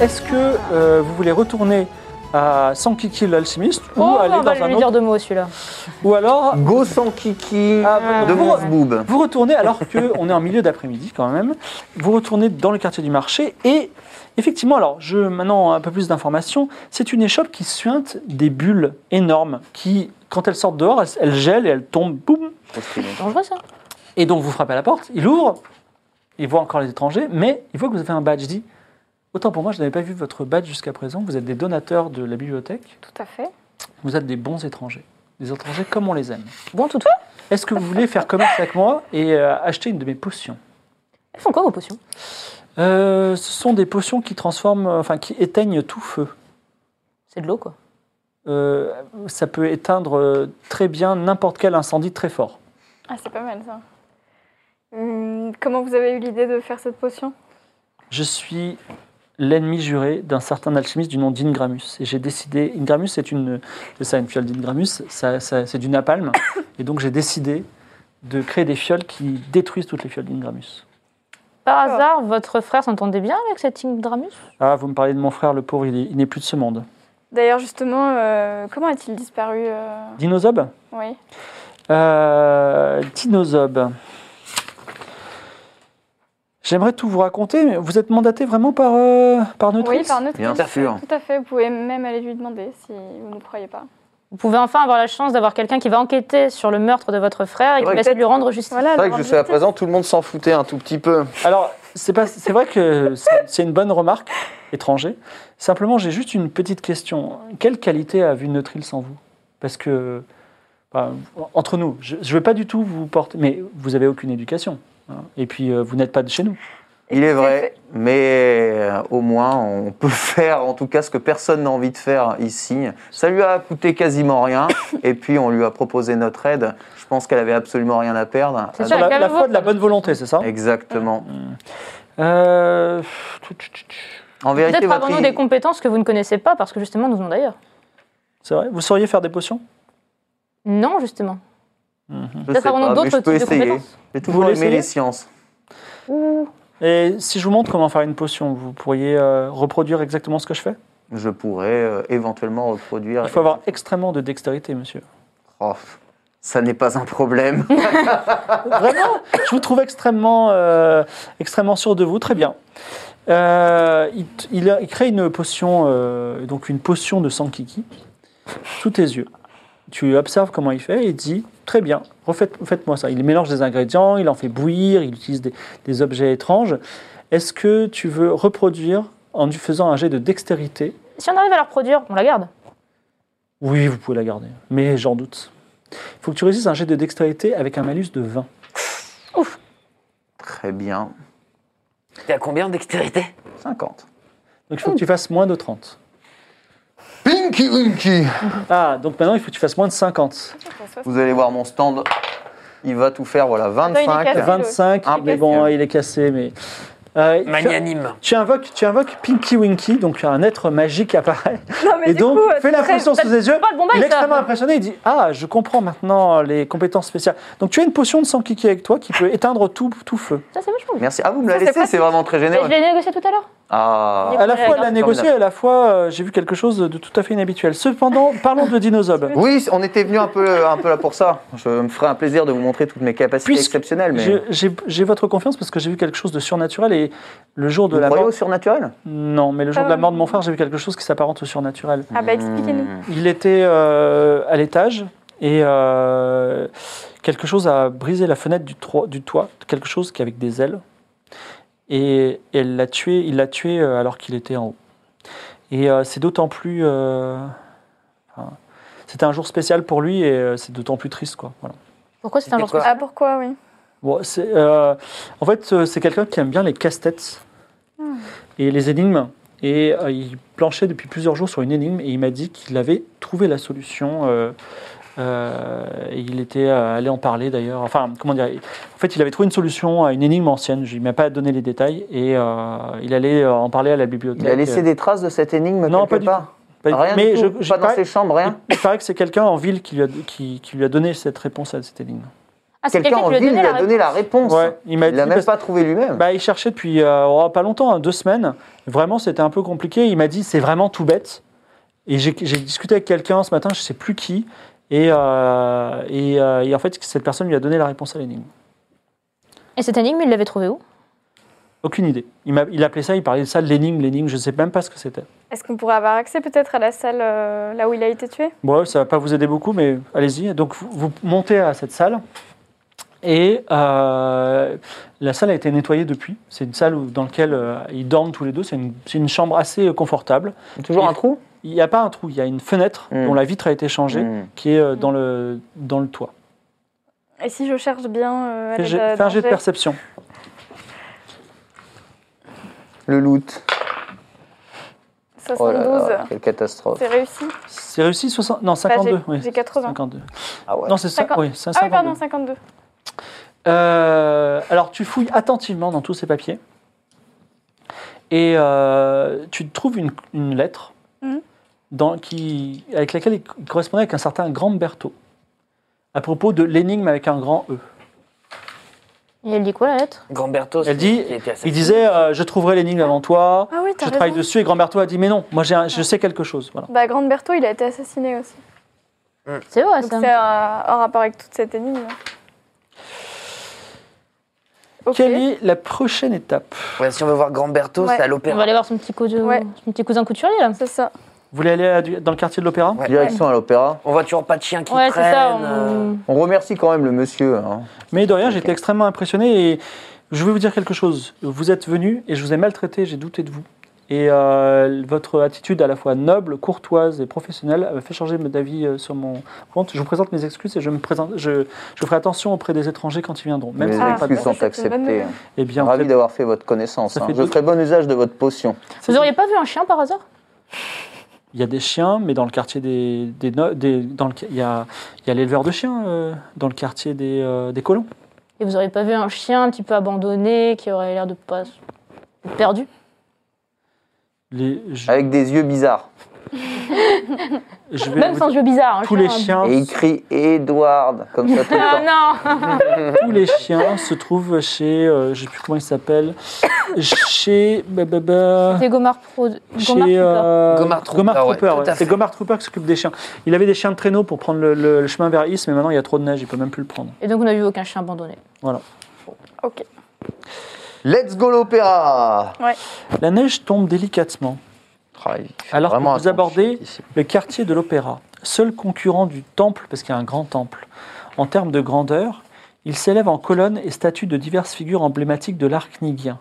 Est-ce que euh, vous voulez retourner à Sankiki l'alchimiste ou Oh, aller on va dans lui un dire autre deux mots celui-là. ou alors Go sans kiki Ah, bah, de ouais, grosse ouais. boob. vous retournez alors que on est en milieu d'après-midi quand même. Vous retournez dans le quartier du marché et effectivement alors je maintenant un peu plus d'informations. C'est une échoppe qui suinte des bulles énormes qui quand elles sortent dehors elles, elles gèlent et elles tombent boum. Dangereux ça Et donc vous frappez à la porte. Il ouvre. Il voit encore les étrangers mais il voit que vous avez un badge. Il dit autant pour moi je n'avais pas vu votre badge jusqu'à présent. Vous êtes des donateurs de la bibliothèque. Tout à fait. Vous êtes des bons étrangers. Des étrangers comme on les aime. Bon, toutefois, Est-ce que vous voulez faire commerce avec moi et euh, acheter une de mes potions elles font quoi vos potions Euh, Ce sont des potions qui transforment, euh, enfin qui éteignent tout feu. C'est de l'eau quoi. Euh, ça peut éteindre euh, très bien n'importe quel incendie très fort. Ah, c'est pas mal ça. Hum, comment vous avez eu l'idée de faire cette potion Je suis l'ennemi juré d'un certain alchimiste du nom d'Ingramus. Et j'ai décidé, Ingramus c'est une, c'est ça, une fiole d'Ingramus, ça- ça- c'est du napalm. Et donc j'ai décidé de créer des fioles qui détruisent toutes les fioles d'Ingramus. Par D'accord. hasard, votre frère s'entendait bien avec cet Ingramus Ah, vous me parlez de mon frère, le pauvre, il est- il n'est plus de ce monde. D'ailleurs, justement, euh, comment a-t-il disparu euh, Dinosobe Oui. Euh, Dinosobe. J'aimerais tout vous raconter, mais vous êtes mandaté vraiment par, euh, par notre Oui, par notre Bien case. sûr. Tout à fait, vous pouvez même aller lui demander si vous ne croyez pas. Vous pouvez enfin avoir la chance d'avoir quelqu'un qui va enquêter sur le meurtre de votre frère et Ouais, qui va essayer de lui rendre justice. Voilà, C'est vrai le que jusqu'à rendre présent, tout le monde s'en foutait un tout petit peu. Alors, c'est pas- c'est vrai que c'est- c'est une bonne remarque, étranger. Simplement, j'ai juste une petite question. Quelle qualité a vu notre île sans vous Parce que, enfin, entre nous, je ne veux pas du tout vous porter, mais vous avez aucune éducation. hein. Et puis, euh, vous n'êtes pas de chez nous. Il est vrai, fait. mais euh, au moins on peut faire en tout cas ce que personne n'a envie de faire ici. Ça lui a coûté quasiment rien et puis on lui a proposé notre aide. Je pense qu'elle avait absolument rien à perdre. C'est Ah, sûr. La, la calme-vous. foi de la bonne volonté, c'est ça Exactement. Euh, En vérité, Peut-être votre avons-nous des compétences que vous ne connaissez pas, parce que justement, nous venons d'ailleurs. C'est vrai Vous sauriez faire des potions Non, justement. je sais Peut-être avons-nous pas, mais d'autres je types peux de essayer. compétences. J'ai toujours voulez aimé essayer les sciences. Et si je vous montre comment faire une potion, vous pourriez euh, reproduire exactement ce que je fais Je pourrais euh, éventuellement reproduire. Il faut avoir extrêmement de dextérité, monsieur. Oh, ça n'est pas un problème. Vraiment Je vous trouve extrêmement, euh, extrêmement sûr de vous. Très bien. Euh, il, t- il a- il crée une potion, euh, donc une potion de sang kiki, sous tes yeux. Tu observes comment il fait et il dit Très bien, refaites- faites-moi ça. Il mélange des ingrédients, il en fait bouillir, il utilise des, des objets étranges. Est-ce que tu veux reproduire en lui faisant un jet de dextérité Si on arrive à la reproduire, on la garde. Oui, vous pouvez la garder, mais j'en doute. Il faut que tu réussisses un jet de dextérité avec un malus de 20. Très bien. T'es à combien de dextérité 50. Donc il faut que tu fasses moins de 30. Pinky Winky Ah, donc maintenant il faut que tu fasses moins de 50. Ah, Vous allez voir mon stand. Il va tout faire, voilà, il est cassé. 25. 25, Ah, mais mais bon, c'est- il est cassé, mais... Euh, tu, Magnanime. tu invoques, tu invoques Pinky Winky, donc un être magique apparaît, Non, mais et du donc coup, fais la très- Oh, pression sous ses yeux. Pas de bombail, Il est ça. extrêmement impressionné, il dit Ah, je comprends maintenant les compétences spéciales. Donc tu as une potion de sang kiki avec toi qui peut éteindre tout, tout feu. Ça, c'est vachement bien. Merci. Ah, vous me la Ça, c'est laissez, c'est pratique. vraiment très Mais je généreux. l'ai négocié tout à l'heure. Ah, À la fois elle Formidable. la négocié, à la fois euh, j'ai vu quelque chose de tout à fait inhabituel. Cependant, parlons de Dinosobe. Oui, on était venu un peu, un peu là pour ça. Je me ferai un plaisir de vous montrer toutes mes capacités Puisque exceptionnelles. Mais Je- J'ai j'ai votre confiance parce que j'ai vu quelque chose de surnaturel et le jour de vous la croyez mort. au surnaturel Non, mais le jour Ah. de la mort de mon frère, j'ai vu quelque chose qui s'apparente au surnaturel. Ah bah expliquez-nous. Hmm. Il était euh, à l'étage et euh, quelque chose a brisé la fenêtre du, tro- du toit, quelque chose qui avec des ailes. et elle l'a tué, il l'a tué euh, alors qu'il était en haut. Et euh, c'est d'autant plus. euh, enfin, c'était un jour spécial pour lui et euh, c'est d'autant plus triste, quoi. Voilà. Pourquoi c'est un C'était jour quoi spécial Ah, pourquoi, oui. Bon, c'est, euh, en fait, euh, c'est quelqu'un qui aime bien les casse-têtes et les énigmes. Et euh, il planchait depuis plusieurs jours sur une énigme et il m'a dit qu'il avait trouvé la solution. euh, euh, et il était euh, allé en parler d'ailleurs. Enfin, comment dire En fait, il avait trouvé une solution à une énigme ancienne. Je ne m'a pas donné les détails et euh, il allait euh, en parler à la bibliothèque. Il a laissé des traces de cette énigme euh, Non, quelque pas du part Pas du- Rien du tout. je- j'ai Pas dans pas- ses chambres, rien Il paraît que c'est quelqu'un en ville qui lui, a, qui- qui lui a donné cette réponse à cette énigme. Ah, c'est Quelqu'un quelqu'un en qui lui a ville donné lui la a donné réponse. la réponse. Ouais, il m'a Il l'a dit même parce- pas trouvé lui-même. Bah, il cherchait depuis euh, oh, pas longtemps, hein, deux semaines. Vraiment, c'était un peu compliqué. Il m'a dit c'est vraiment tout bête. Et j'ai j'ai discuté avec quelqu'un ce matin, je sais plus qui. Et, euh, et, euh, et en fait, cette personne lui a donné la réponse à l'énigme. Et cette énigme, il l'avait trouvée où Aucune idée. Il, m'a- il appelait ça, il parlait de ça, de l'énigme, l'énigme, je sais même pas ce que c'était. Est-ce qu'on pourrait avoir accès peut-être à la salle euh, là où il a été tué Bon, ça va pas vous aider beaucoup, mais allez-y. Donc, vous, vous montez à cette salle. Et euh, la salle a été nettoyée depuis. C'est une salle où- dans laquelle euh, ils dorment tous les deux. C'est une- c'est une chambre assez euh, confortable. Toujours il- un trou Il n'y a pas un trou, il y a une fenêtre Mm. dont la vitre a été changée, Mm. qui est euh, dans le, dans le toit. Et si je cherche bien euh, à Fais l'aide j'ai- d'un fais un jet de jet perception. Le loot. Oh là 72, là, quelle catastrophe. c'est réussi. C'est réussi 60... Non, Enfin, 52. Bah, j'ai- oui. J'ai 80. 52. Ah ouais. Non, c'est ça. 50. Oui, c'est Ah oui, pardon, 52. 52. Euh, alors, tu fouilles attentivement dans tous ces papiers et euh, tu trouves une, une lettre Mhm. dans, qui, avec laquelle il il correspondait avec un certain Grand Berthaud à propos de l'énigme avec un grand E. Et elle dit quoi la lettre Gamberto, Elle dit, il était assassiné. il disait euh, Je trouverai l'énigme avant toi. Ah oui, Je t'as raison. Ah. travaille dessus et Grand Berthaud a dit mais non, moi j'ai un- je sais quelque chose. Voilà. Bah, Grande Berthaud, il a été assassiné aussi. Ah, C'est vrai, Donc ça. c'est euh, en rapport avec toute cette énigme. Ok. Quelle est la prochaine étape Ouais, si on veut voir Gamberto, Ouais. c'est à On va l'opéra. aller voir son petit, cou- de- Ouais. son petit cousin couturier, là. C'est ça. Vous voulez aller à du- dans le quartier de l'Opéra Ouais. Direction à l'opéra. On voit toujours pas de chien qui Ouais, c'est traîne. ça. euh, on- On remercie quand même le monsieur. hein. Mais de rien, j'étais extrêmement impressionné et je vais vous dire quelque chose. Vous êtes venu et je vous ai maltraité, j'ai douté de vous. Et euh, votre attitude à la fois noble, courtoise et professionnelle m'a fait changer d'avis euh, sur mon compte. Je vous présente mes excuses et je, me présente, je, je ferai attention auprès des étrangers quand ils viendront. Même Les si vous n'êtes pas de- excuses bah, sont c'est une bonne acceptées. nouvelle. Eh bien, Ravi vous êtes- d'avoir fait votre connaissance. Ça hein. fait Je deux- ferai bon usage de votre potion. Vous auriez pas vu un chien par hasard il y a des chiens, mais dans le quartier des, des, no- des- dans le, il y a, il y a l'éleveur de chiens euh, dans le quartier des, euh, des colons. Et vous auriez pas vu un chien un petit peu abandonné qui aurait l'air de pas perdu Les- Ah je, Avec des yeux bizarres. je vais Même vous sans dire, jeu bizarre. hein, un tous chien- les chiens, Et il crie Edward, comme ça tout le temps. Ah non tous les chiens se trouvent chez, euh, je sais plus comment il s'appelle, chez, bah, bah, bah, C'est Gomard Pro. chez Gomard Cooper. euh, Gomard Trooper, Gomard ouais, Trooper, tout ouais. à C'est fait. Gomard Trooper qui s'occupe des chiens. Il avait des chiens de traîneau pour prendre le, le- le chemin vers Is, mais maintenant il y a trop de neige, il peut même plus le prendre. Et donc on n'a vu aucun chien abandonné. Ok. Let's go l'opéra La neige tombe délicatement. Alors que vous abordez- Le quartier de l'Opéra, seul concurrent du temple, parce qu'il y a un grand temple, en termes de grandeur, il s'élève en colonnes et statues de diverses figures emblématiques de l'art knigien.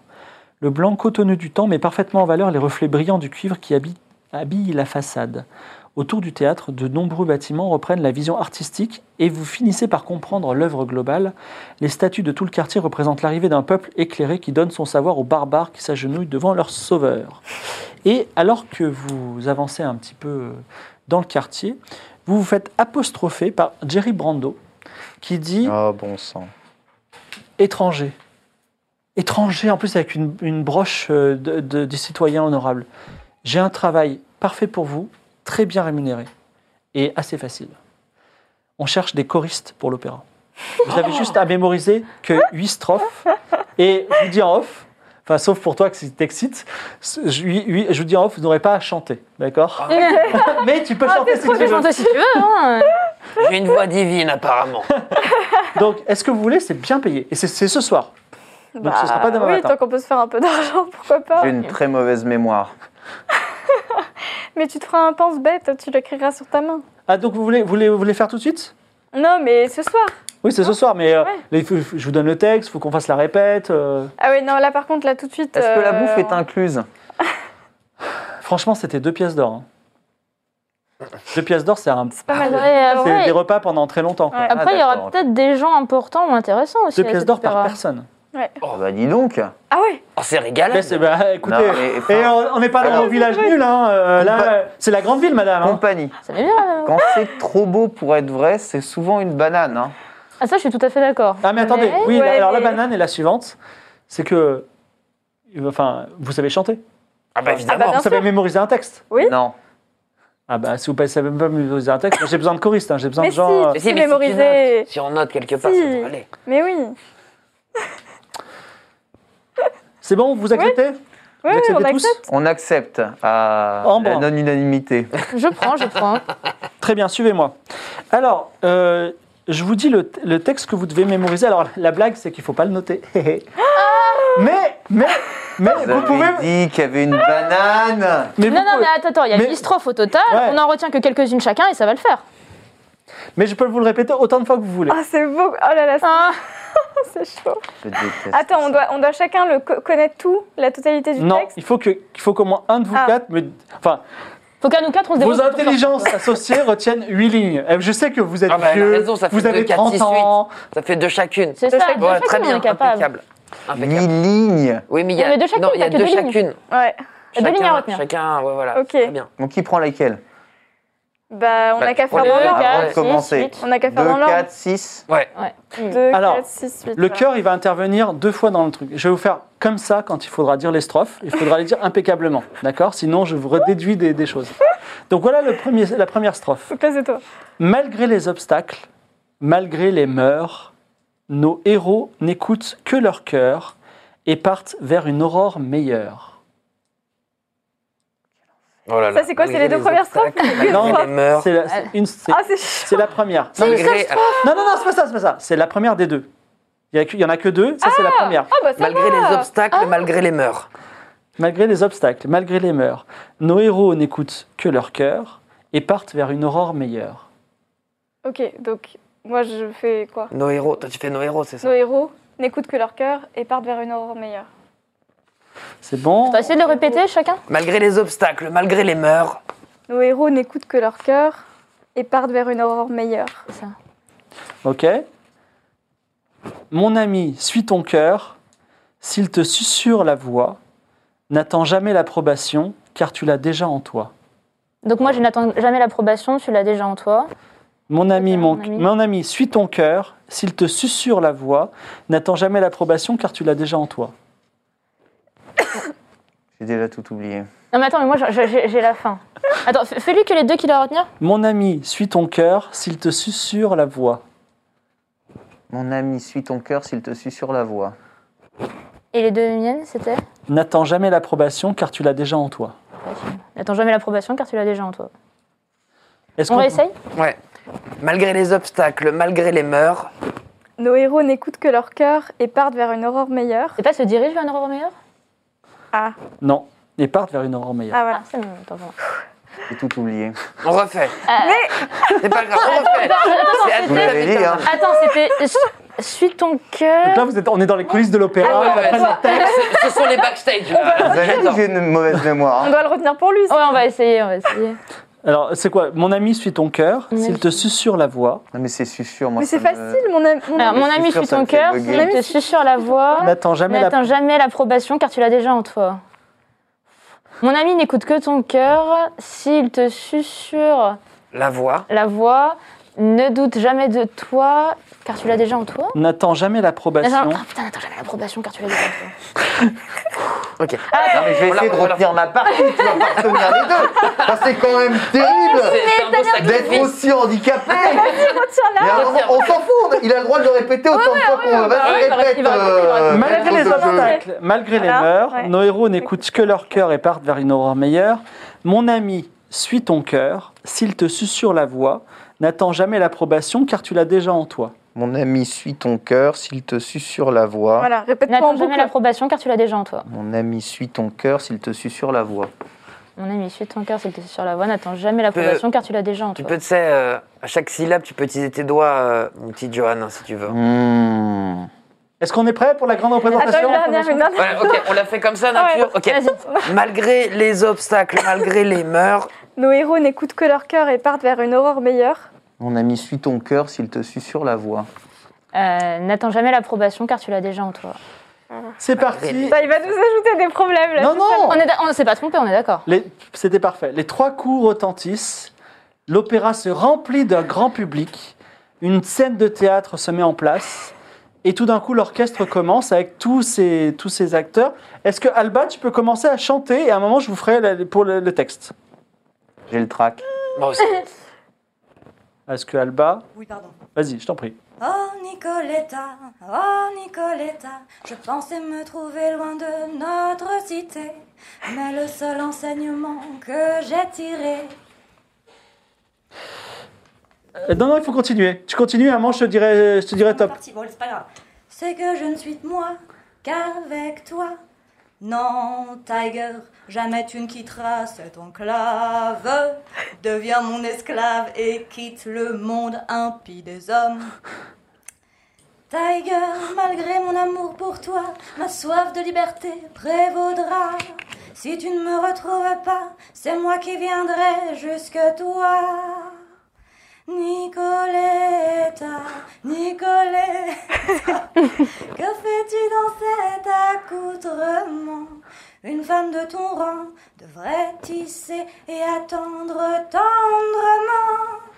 Le blanc cotonneux du temps met parfaitement en valeur les reflets brillants du cuivre qui habille, habille la façade. Autour du théâtre, de nombreux bâtiments reprennent la vision artistique et vous finissez par comprendre l'œuvre globale. Les statues de tout le quartier représentent l'arrivée d'un peuple éclairé qui donne son savoir aux barbares qui s'agenouillent devant leur sauveur. Et alors que vous avancez un petit peu euh, dans le quartier, vous vous faites apostropher par Jerry Brando qui dit Oh bon sang. étranger. Étranger, en plus avec une, une broche euh, de, de- des citoyens honorables. J'ai un travail parfait pour vous, très bien rémunéré et assez facile. On cherche des choristes pour l'opéra. Vous avez juste à mémoriser que huit strophes et je vous dis en off, enfin sauf pour toi que si t'excites, je, huit- huit- je vous dis en off, vous n'aurez pas à chanter, Ah, d'accord Mais tu peux chanter si tu Tu peux veux. chanter si tu veux, hein J'ai une voix divine, apparemment. Ah bah, Donc, est-ce que vous voulez C'est bien payé et c'est c'est ce soir. Donc, ce sera pas demain Bah oui, matin. tant qu'on peut se faire un peu d'argent, pourquoi pas. J'ai une très mauvaise mémoire. Mais tu te feras un pense-bête, tu l'écriras sur ta main. Ah donc vous voulez, vous voulez, vous voulez faire tout de suite Non, mais ce soir. Oui, c'est ce soir, mais euh, Ah, Ouais. là, il faut- je vous donne le texte, il faut qu'on fasse la répète. euh. Ah ouais, non, là par contre, là tout de suite. Est-ce que la euh, bouffe est incluse Franchement, c'était deux pièces d'or. hein. Deux pièces d'or, c'est un... C'est pas mal. Après, c'est après, des repas pendant très longtemps. quoi. Ouais. après, il y d'accord, aura ok. peut-être des gens importants ou intéressants aussi. ah, Deux à pièces cette d'or par opéra. personne. Ah bah dis donc Ah ouais Oh, c'est régal. Là, c'est- bah, Non, écoutez, mais, enfin, et on- on n'est pas dans Alors- un village nul, hein. euh, On là, peut- euh, c'est la grande ville, madame. hein. Compagnie. Ça va bien. euh. Quand c'est trop beau pour être vrai, c'est souvent une banane. hein. Ah, ça, je suis tout à fait d'accord. Ah mais attendez, oui, ouais, la- alors mais- la banane est la suivante, c'est que, enfin, vous savez chanter, Ah bah Ah bah, évidemment. bien vous savez sûr. mémoriser un texte. Oui. Non. Ah bah si vous ne savez même pas mémoriser un texte, moi, j'ai besoin de choristes, hein, j'ai besoin Mais de gens. si. euh, c'est tu mémorisé. notes, si on note quelque part, Si. ça va aller. Mais oui. C'est bon, vous acceptez Vous Oui, on acceptez tous accepte. On accepte à Ambre. la non-unanimité. Je prends, je prends. Très bien, suivez-moi. Alors, euh, je vous dis le, le texte que vous devez mémoriser. Alors la blague, c'est qu'il ne faut pas le noter. mais, mais, mais Vous vous avez pouvez. dit qu'il y avait une banane Mais, vous Non, non, pouvez- mais attends, attends, il y a Mais- 10 strophes au total, Ouais. on en retient que quelques-unes chacun et ça va le faire. mais je peux vous le répéter autant de fois que vous voulez. Ah, c'est beau. Oh là là, c'est- Ah, c'est chaud. Je déteste. Attends, on doit, on doit chacun le co- connaître tout, la totalité du non, texte. il faut que, il faut qu'au moins un de vous Ah. quatre me, enfin, faut qu'à nous quatre on se débrouille. Vos pour faire- intelligences associées retiennent 8 lignes. Euh, Je sais que vous êtes Ah bah, elle a vieux, raison, ça fait vous deux, avez quatre, 30 six, ans. Ça fait deux chacune. C'est ça, De chaque- de Ouais, chacune, très bien, on est capable. impeccable. Huit Impeccable. lignes Oui, mais il y a Non, mais deux chacune, non, il y a t'as que deux deux lignes. chacune. Ouais. Deux lignes à retenir. Chacun, ouais, voilà. Ok. Très bien. Donc qui prend laquelle Bah, on Bah, n'a qu'à faire prenez- dans l'ordre. Ah, Avant ouais. de commencer. Six, On n'a qu'à 2, faire dans l'ordre. 4, 6. Ouais. Deux, Alors, quatre, six, huit, Le ouais. cœur, il va intervenir deux fois dans le truc. Je vais vous faire comme ça quand il faudra dire les strophes. Il faudra les dire impeccablement, d'accord Sinon, je vous redéduis des, des choses. Donc voilà le premier, la première strophe. Ok, c'est toi. Malgré les obstacles, malgré les mœurs, nos héros n'écoutent que leur cœur et partent vers une aurore meilleure. Oh là Ça, c'est quoi, c'est les deux premières obstacles, strophes malgré Non, les mœurs. C'est la, c'est une- c'est- Ah, c'est chaud. c'est la première. Non, malgré- Non, non, non, c'est pas ça, c'est pas ça. C'est la première des deux. Il y a que- il y en a que deux, ça c'est la première. Ah, bah, ça Malgré va. les obstacles, malgré les mœurs. Malgré les obstacles, malgré les mœurs, nos héros n'écoutent que leur cœur et partent vers une aurore meilleure. Ok, donc, moi, je fais quoi Nos héros. Toi, tu fais nos héros, c'est ça Nos héros n'écoutent que leur cœur et partent vers une aurore meilleure. C'est bon On va essayer de le répéter chacun Malgré les obstacles, malgré les mœurs. Nos héros n'écoutent que leur cœur et partent vers une aurore meilleure. Ok. Mon ami, suis ton cœur. S'il te susurre la voix, n'attends jamais l'approbation, car tu l'as déjà en toi. Donc moi je n'attends jamais l'approbation, tu l'as déjà en toi. Mon ami, Ok, mon, mon ami. mon ami, suis ton cœur. S'il te susurre la voix, n'attends jamais l'approbation, car tu l'as déjà en toi. J'ai déjà tout oublié. Non mais attends, mais moi j'ai- j'ai j'ai la fin. Attends, fais- fais-lui que les deux qu'il a à retenir. Mon ami, suis ton cœur. S'il te susurre la voix. Mon ami, suis ton cœur s'il te suit sur la voie. Et les deux miennes, c'était N'attends jamais l'approbation car tu l'as déjà en toi. N'attends jamais l'approbation car tu l'as déjà en toi. Est-ce On qu'on- réessaye Ouais. Malgré les obstacles, malgré les mœurs. Nos héros n'écoutent que leur cœur et partent vers une aurore meilleure. C'est pas se dirige vers un aurore meilleur Ah, Non, et partent vers une aurore meilleure. ah Ah, voilà. c'est bon, attends. bon. J'ai tout oublié. On refait. C'est pas grave, on refait. Attends, C'est à Vous deux. l'avez dit, hein Attends, c'était. Suis ton Donc cœur. là, vous êtes, on est dans les coulisses de Ah l'opéra. ouais, on ouais, prend ouais. le texte. Ce sont les backstage. là. Vous avez dit J'adore. que j'ai une mauvaise mémoire. On hein. doit le retenir pour lui. ça. Ouais, on va essayer, on va essayer. Alors, c'est quoi Mon ami, suis ton cœur. Mon S'il ami, te susurre la voix, Non mais c'est sûr, moi. Mais ça c'est me- facile, mon ami. mon Alors, ami. mon Je suis ami, sûr suis que ça ton me fait cœur, bugger. mon ami, te suis sur la voie. n'attends jamais la... Ah N'attends jamais l'approbation car tu l'as déjà en toi. Mon ami n'écoute que ton cœur. S'il te susurre La voix. la voix, ne doute jamais de toi car tu l'as déjà en toi. N'attends jamais l'approbation. N'attends- Ah, putain, n'attends jamais l'approbation car tu l'as déjà en toi. Ok. Non mais je vais On la- essayer de on la- retenir ma partie, tu vas pas retenir les deux. Enfin, c'est quand même terrible Ah, C'est un beau d'être sacrifice. aussi handicapé. Ah, Mais alors, on s'en fout, on- il a le droit de le répéter autant de fois qu'on veut. ouais, Vas-y, il va répète. répéter, il va répéter, il va euh, répéter. Malgré répète les aux autres. obstacles, malgré les Voilà, mœurs, ouais. nos héros n'écoutent que leur cœur et partent vers une aurore meilleure. Mon ami, suis ton cœur. S'il te susurre la voix, n'attends jamais l'approbation car tu l'as déjà en toi. Mon ami, suis ton cœur s'il te susurre la voix. Voilà, répète-moi en N'attends jamais boucle. l'approbation car tu l'as déjà en toi. Mon ami, suis ton cœur s'il te susurre la voix. Mon ami, suis ton cœur s'il te sur la voie, n'attends jamais l'approbation car tu l'as déjà en Tu toi. peux, tu sais, euh, à chaque syllabe, tu peux utiliser tes doigts, euh, mon petit Johan, hein, si tu veux. Mmh. Est-ce qu'on est prêt pour la grande Attends, représentation une dernière, une dernière. Ouais, ok, on l'a fait comme ça, nature. ok. Malgré les obstacles, malgré les mœurs, Nos héros n'écoutent que leur cœur et partent vers une aurore meilleure. Mon ami, suis ton cœur s'il te susurre la voix. Euh, n'attends jamais l'approbation car tu l'as déjà en toi. C'est parti. Ça, il va nous ajouter des problèmes là. Non, non Oh. On est d'a- on s'est pas trompé, on est d'accord. Les- C'était parfait. Les trois coups retentissent. L'opéra se remplit d'un grand public. Une scène de théâtre se met en place. Et tout d'un coup, l'orchestre commence avec tous ces, tous ces acteurs. Est-ce que Alba, tu peux commencer à chanter et à un moment, je vous ferai la- pour le, le texte. J'ai le trac. moi aussi. Est-ce que Alba... Oui, pardon. Vas-y, je t'en prie. Oh Nicoletta, oh Nicoletta, je pensais me trouver loin de notre cité, mais le seul enseignement que j'ai tiré. Euh, non, non, il faut continuer. Tu continues, à un moment, je te dirai, je te dirai C'est top. parti. Bon, c'est pas grave. C'est que je ne suis moi qu'avec toi. Non, Tiger, jamais tu ne quitteras cette enclave. Deviens mon esclave et quitte le monde impie des hommes. Tiger, malgré mon amour pour toi, ma soif de liberté prévaudra. Si tu ne me retrouves pas, c'est moi qui viendrai jusque toi. Nicoletta, Nicoletta, que fais-tu dans cet accoutrement Une femme de ton rang devrait tisser et attendre tendrement.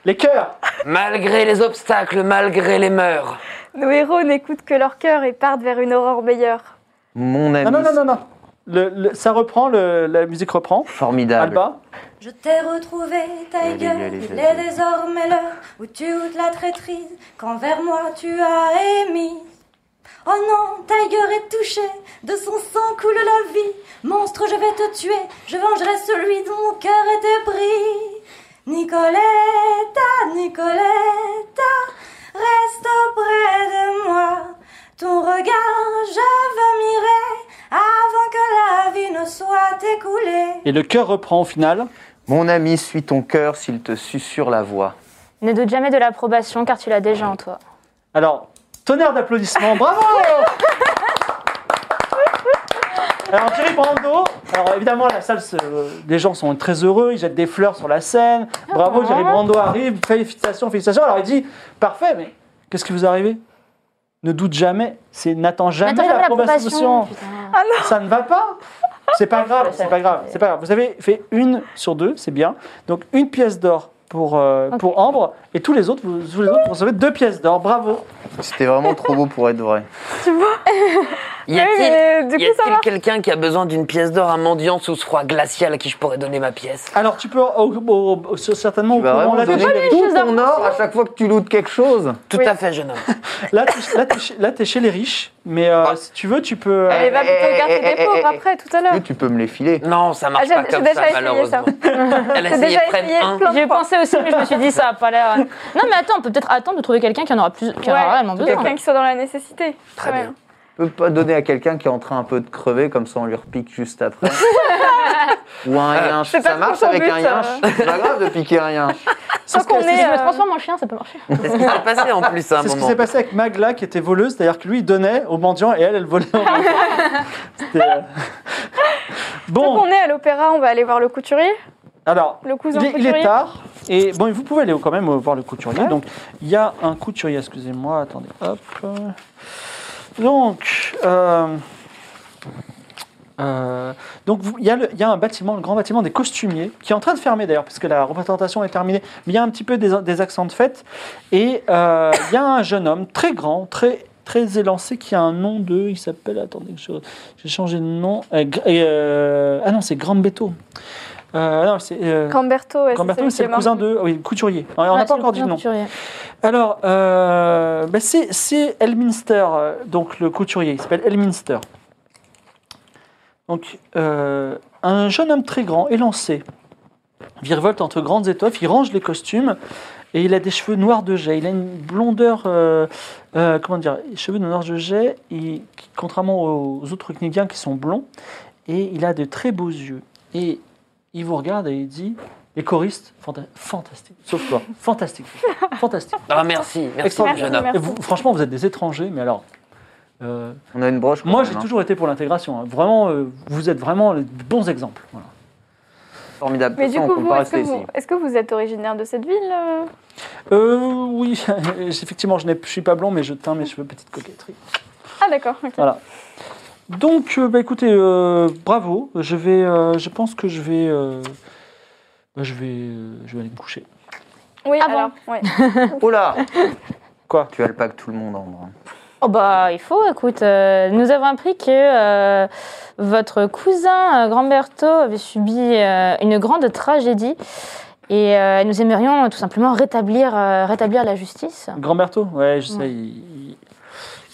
Les chœurs Malgré les obstacles, malgré les mœurs. Nos héros n'écoutent que leur cœur et partent vers une aurore meilleure. Mon ami, Non, non, non, non, non. Le- le- ça reprend, le- la musique reprend. formidable. Alba Je t'ai retrouvé, ta Allez, gueule, allez, il allez. est désormais l'heure où tu ôtes la traîtrise qu'envers moi tu as émise. Oh non, Tiger est touché, de son sang coule la vie. Monstre, je vais te tuer, je vengerai celui dont mon cœur était pris. Nicoletta, Nicoletta, reste auprès de moi. Ton regard, je vomirai avant que la vie ne soit écoulée. Et le chœur reprend au final. Mon ami, suis ton cœur s'il te susurre la voix. Ne doute jamais de l'approbation car tu l'as déjà en toi. Alors, tonnerre d'applaudissements, bravo Alors Thierry Brando, alors évidemment la salle, se- les gens sont très heureux, ils jettent des fleurs sur la scène, Ah bravo Thierry Brando arrive, félicitations, félicitations. Alors il dit, parfait, mais qu'est-ce qui vous est arrivé Ne doute jamais, c'est n'attends jamais, N'attends jamais l'approbation. l'approbation. putain. Ça ne va pas C'est pas grave, c'est pas grave, c'est pas grave. Vous avez fait une sur deux, c'est bien. Donc une pièce d'or pour, euh, pour Ambre, et tous les autres, vous, tous les autres, vous recevez deux pièces d'or, bravo C'était vraiment trop beau pour être vrai. Y oui, a-t-il mais euh, du y coup, ça a-t-il marche. quelqu'un qui a besoin d'une pièce d'or, un mendiant sous ce froid glacial à qui je pourrais donner ma pièce Alors tu peux oh, au- au- au- certainement au Tu vas courant vraiment là, donner tu- tout ton or à chaque fois que tu lootes quelque chose. Tout à fait, jeune homme. là, tu- là, t'es chez- là, t'es chez les riches, mais euh, si tu veux tu peux. euh, Elle va plutôt eh, garder eh, eh, des pauvres eh, après, tout à l'heure. Oui, tu peux me les filer. Non, ça Ah, marche j'ai- pas j'ai comme déjà ça, essayé malheureusement. Elle a J'ai essayé déjà près de essayé un. plein J'y ai de fois. pensé aussi, mais je me suis dit ça a pas l'air. Non, mais attends, on peut peut-être attendre de trouver quelqu'un qui en aura plus, qui en aura réellement Ouais, besoin. quelqu'un qui soit dans la nécessité. Très quand bien. même. Tu peux pas donner à quelqu'un qui est en train un peu de crever, comme ça on lui repique juste après. Ou un yinche. Ah, c'est pas Ça marche trop son avec but, un ça. yinche. C'est pas grave de piquer un yinche. c'est ce qu'on que- est, Si je me euh, transforme en chien, ça peut marcher. C'est ce qui s'est passé en plus à un c'est ce qui moment. s'est passé avec Magla qui était voleuse, c'est-à-dire que lui il donnait aux mendiants et elle elle volait. Aux mendiants. C'était, euh, Donc Bon, on est à l'opéra, on va aller voir le couturier, alors le cousin il est, il est couturier. tard et bon vous pouvez aller quand même voir le couturier. Donc il y a un couturier, excusez-moi, attendez, hop. Donc. euh, Euh, donc vous- il y, a le- il y a un bâtiment, le grand bâtiment des costumiers, qui est en train de fermer d'ailleurs, puisque la représentation est terminée, mais il y a un petit peu des, des accents de fête. Et euh, il y a un jeune homme très grand, très, très élancé, qui a un nom de... Il s'appelle... Attendez, je- j'ai changé de nom. Euh, Gr- et, euh, ah non, c'est Gambetto. Euh, non, c'est... euh, Camberto, ouais, Gamberto, celui qui c'est est le mort. cousin de... Oui, le couturier. On n'a Ouais, pas c'est encore le dit le nom. couturier. Alors, euh, bah, c'est- c'est Elminster, euh, donc le couturier, il s'appelle Elminster. Donc, euh, un jeune homme très grand, élancé, virevolte entre grandes étoffes, il range les costumes et il a des cheveux noirs de jet. Il a une blondeur, euh, euh, comment dire, cheveux noirs de jet, et, qui- contrairement aux autres Knigiens qui sont blonds, et il a de très beaux yeux. Et Il vous regarde et il dit Les choristes, fanta- fantastique. Sauf toi, fantastique. Fantastique. Ah, merci, merci, Oh, Extraordinaire. jeune homme. Et vous- franchement, vous êtes des étrangers, mais alors. euh, On a une broche. quand moi, même, j'ai hein. toujours été pour l'intégration. hein. Vraiment, euh, vous êtes vraiment les bons exemples. Voilà. Formidable. Mais De du toute façon, coup, on peut vous, pas est-ce que rester vous, ici. est-ce que vous êtes originaire de cette ville euh Euh, oui, effectivement, je ne suis pas blond, mais je teins mes cheveux petite coquetterie. Ah d'accord. ok. Voilà. Donc, euh, bah, écoutez, euh, bravo. Je vais, euh, je pense que je vais, euh, bah, je vais, euh, je vais aller me coucher. Oui, Ah bon alors, ouais. Oh là Quoi Tu alpagues tout le monde, Ambre. Oh bah il faut, écoute, euh, nous avons appris que euh, votre cousin euh, Grand Berthaud avait subi euh, une grande tragédie et euh, nous aimerions euh, tout simplement rétablir, euh, rétablir la justice. Grand Berthaud Ouais, je sais. Il,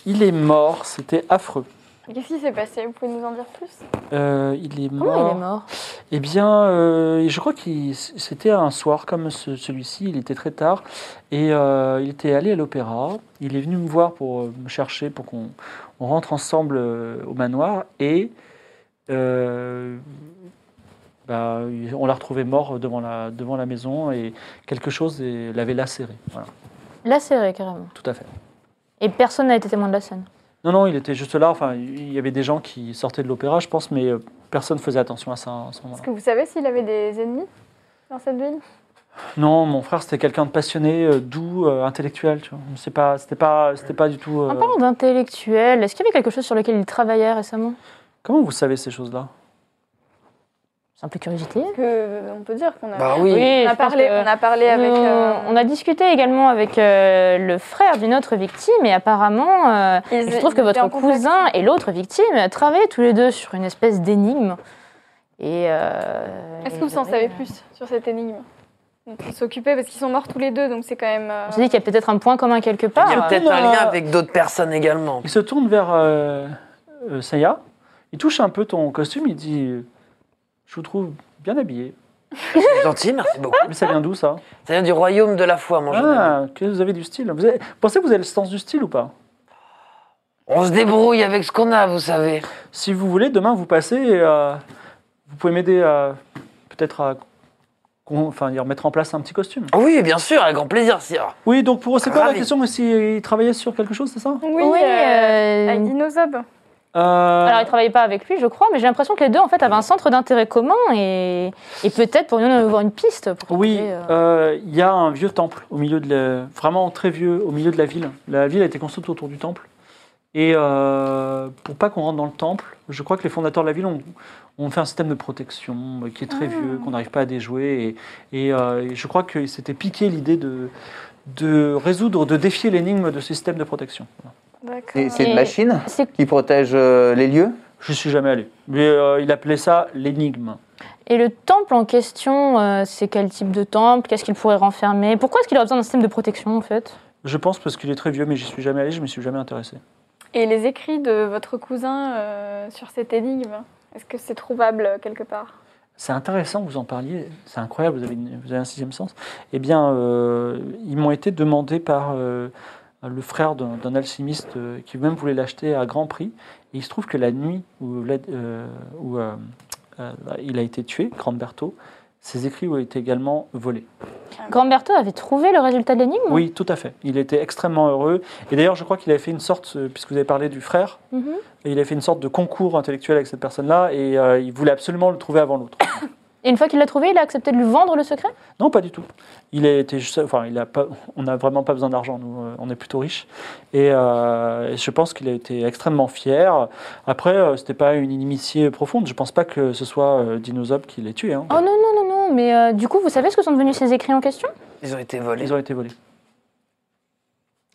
il est mort. C'était affreux. Qu'est-ce qui s'est passé Vous pouvez nous en dire plus Euh, il est mort. Comment il est mort Eh bien, euh, je crois que c'était un soir comme ce- celui-ci, il était très tard, et euh, il était allé à l'opéra, il est venu me voir pour euh, me chercher, pour qu'on on rentre ensemble euh, au manoir, et euh, bah, il- on l'a retrouvé mort devant la, devant la maison, et quelque chose est- l'avait lacéré. Voilà, Lacéré carrément. tout à fait. Et personne n'a été témoin de la scène. Non, non, il était juste là, enfin, il y avait des gens qui sortaient de l'opéra, je pense, mais euh, personne faisait attention à ça hein, à ce moment-là. Est-ce que vous savez s'il avait des ennemis dans cette ville Non, mon frère, c'était quelqu'un de passionné, euh, doux, euh, intellectuel. Tu vois. C'est pas, c'était pas, c'était pas du tout. euh, En parlant d'intellectuel, est-ce qu'il y avait quelque chose sur lequel il travaillait récemment Comment vous savez ces choses-là Simple curiosité. Que euh, on peut dire qu'on a. Bah oui. On a parlé, on a parlé avec. Nous, euh, On a discuté également avec euh, le frère d'une autre victime et apparemment, euh, Ils- il se trouve que ils étaient votre en contact. cousin et l'autre victime travaillaient tous les deux sur une espèce d'énigme. Et euh, Est-ce que vous ils en auraient- savez plus sur cette énigme On peut s'occuper parce qu'ils sont morts tous les deux, donc c'est quand même. euh, On s'est dit qu'il y a peut-être un point commun quelque part. Il y Ah, a peut-être un euh, lien avec d'autres personnes également. Il se tourne vers euh, euh, Saya. Il touche un peu ton costume. Il dit euh, Je vous trouve bien habillé. C'est gentil, merci beaucoup. Mais ça vient d'où ça Ça vient du royaume de la foi, mon jeune homme. Ah, que vous avez du style. Vous avez- pensez que vous avez le sens du style ou pas On se débrouille avec ce qu'on a, vous savez. Si vous voulez, demain vous passez. et, euh, vous pouvez m'aider à peut-être à, con- enfin, à mettre en place un petit costume. Ah Oui, bien sûr, avec grand plaisir, Ah, sire. Oui, donc pour eux, c'est quoi la Ravi. question S'ils travaillaient sur quelque chose, c'est ça Oui, Oui, euh, euh, avec Dinosob. Euh, alors ils travaillaient pas avec lui, je crois, mais j'ai l'impression que les deux en fait avaient un centre d'intérêt commun et, et peut-être pourrions nous avoir une piste. Pour Oui, trouver, euh, euh, il y a un vieux temple au milieu de la, vraiment très vieux au milieu de la ville. La ville a été construite autour du temple. Et euh, pour pas qu'on rentre dans le temple, je crois que les fondateurs de la ville ont, ont fait un système de protection euh, qui est très vieux, qu'on n'arrive pas à déjouer. Et, et, euh, et je crois que c'était piqué l'idée de, de résoudre, de défier l'énigme de ce système de protection. Voilà. D'accord. C'est c'est Et- une machine c'est- qui protège euh, les lieux Je suis jamais allé. Mais euh, il appelait ça l'énigme. Et le temple en question, euh, c'est quel type de temple Qu'est-ce qu'il pourrait renfermer Pourquoi est-ce qu'il aurait besoin d'un système de protection en fait Je pense parce qu'il est très vieux, mais j'y suis jamais allé, je me suis jamais intéressé. Et les écrits de votre cousin euh, sur cette énigme, est-ce que c'est trouvable euh, quelque part C'est intéressant que vous en parliez, c'est incroyable, vous avez, une- vous avez un sixième sens. Eh bien, euh, ils m'ont été demandés par euh, le frère d'un d'un alchimiste euh, qui même voulait l'acheter à grand prix. Et il se trouve que la nuit où, la- euh, où, euh, euh, il a été tué, Grand Berthaud, ses écrits ont été également volés. Grand Berthaud avait trouvé le résultat de l'énigme Oui, tout à fait. Il était extrêmement heureux. Et d'ailleurs, je crois qu'il avait fait une sorte, euh, puisque vous avez parlé du frère, Mhm. et il a fait une sorte de concours intellectuel avec cette personne-là, et euh, il voulait absolument le trouver avant l'autre. Et une fois qu'il l'a trouvé, il a accepté de lui vendre le secret Non, pas du tout. Il a été juste, enfin, il a pas, on n'a vraiment pas besoin d'argent, nous, euh, on est plutôt riches. Et euh, et je pense qu'il a été extrêmement fier. Après, euh, c'était pas une inimitié profonde. Je pense pas que ce soit euh, Dinosob qui l'ait tué. hein. Oh non, non, non, non, mais euh, du coup, vous savez ce que sont devenus ces écrits en question Ils ont été volés. Ils ont été volés.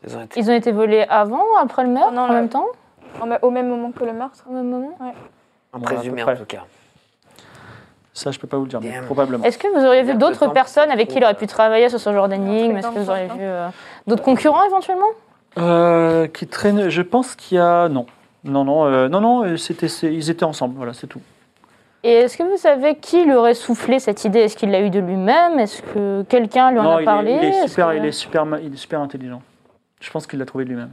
Ils ont été- Ils ont été volés avant, après le meurtre, Pendant en Oh le- même temps En me- Au même moment que le meurtre au même moment Un Ouais, présumé, à peu en près. tout cas. Ça, je peux pas vous le dire, mais Damn. probablement. Est-ce que vous auriez vu Vers le d'autres temps, personnes avec pour, qui il aurait pu travailler sur ce genre d'énigme un Est-ce truc que vous dans le auriez sens, vu euh, d'autres concurrents éventuellement Euh, qui traîne. Je pense qu'il y a non, non, non, euh, non, non. euh, C'était, c'est- ils étaient ensemble. Voilà, c'est tout. Et est-ce que vous savez qui lui aurait soufflé cette idée Est-ce qu'il l'a eu de lui-même Est-ce que quelqu'un lui en non, a il, parlé est, il est Est-ce super, que- il est super, ma- il est super intelligent. Je pense qu'il l'a trouvé de lui-même.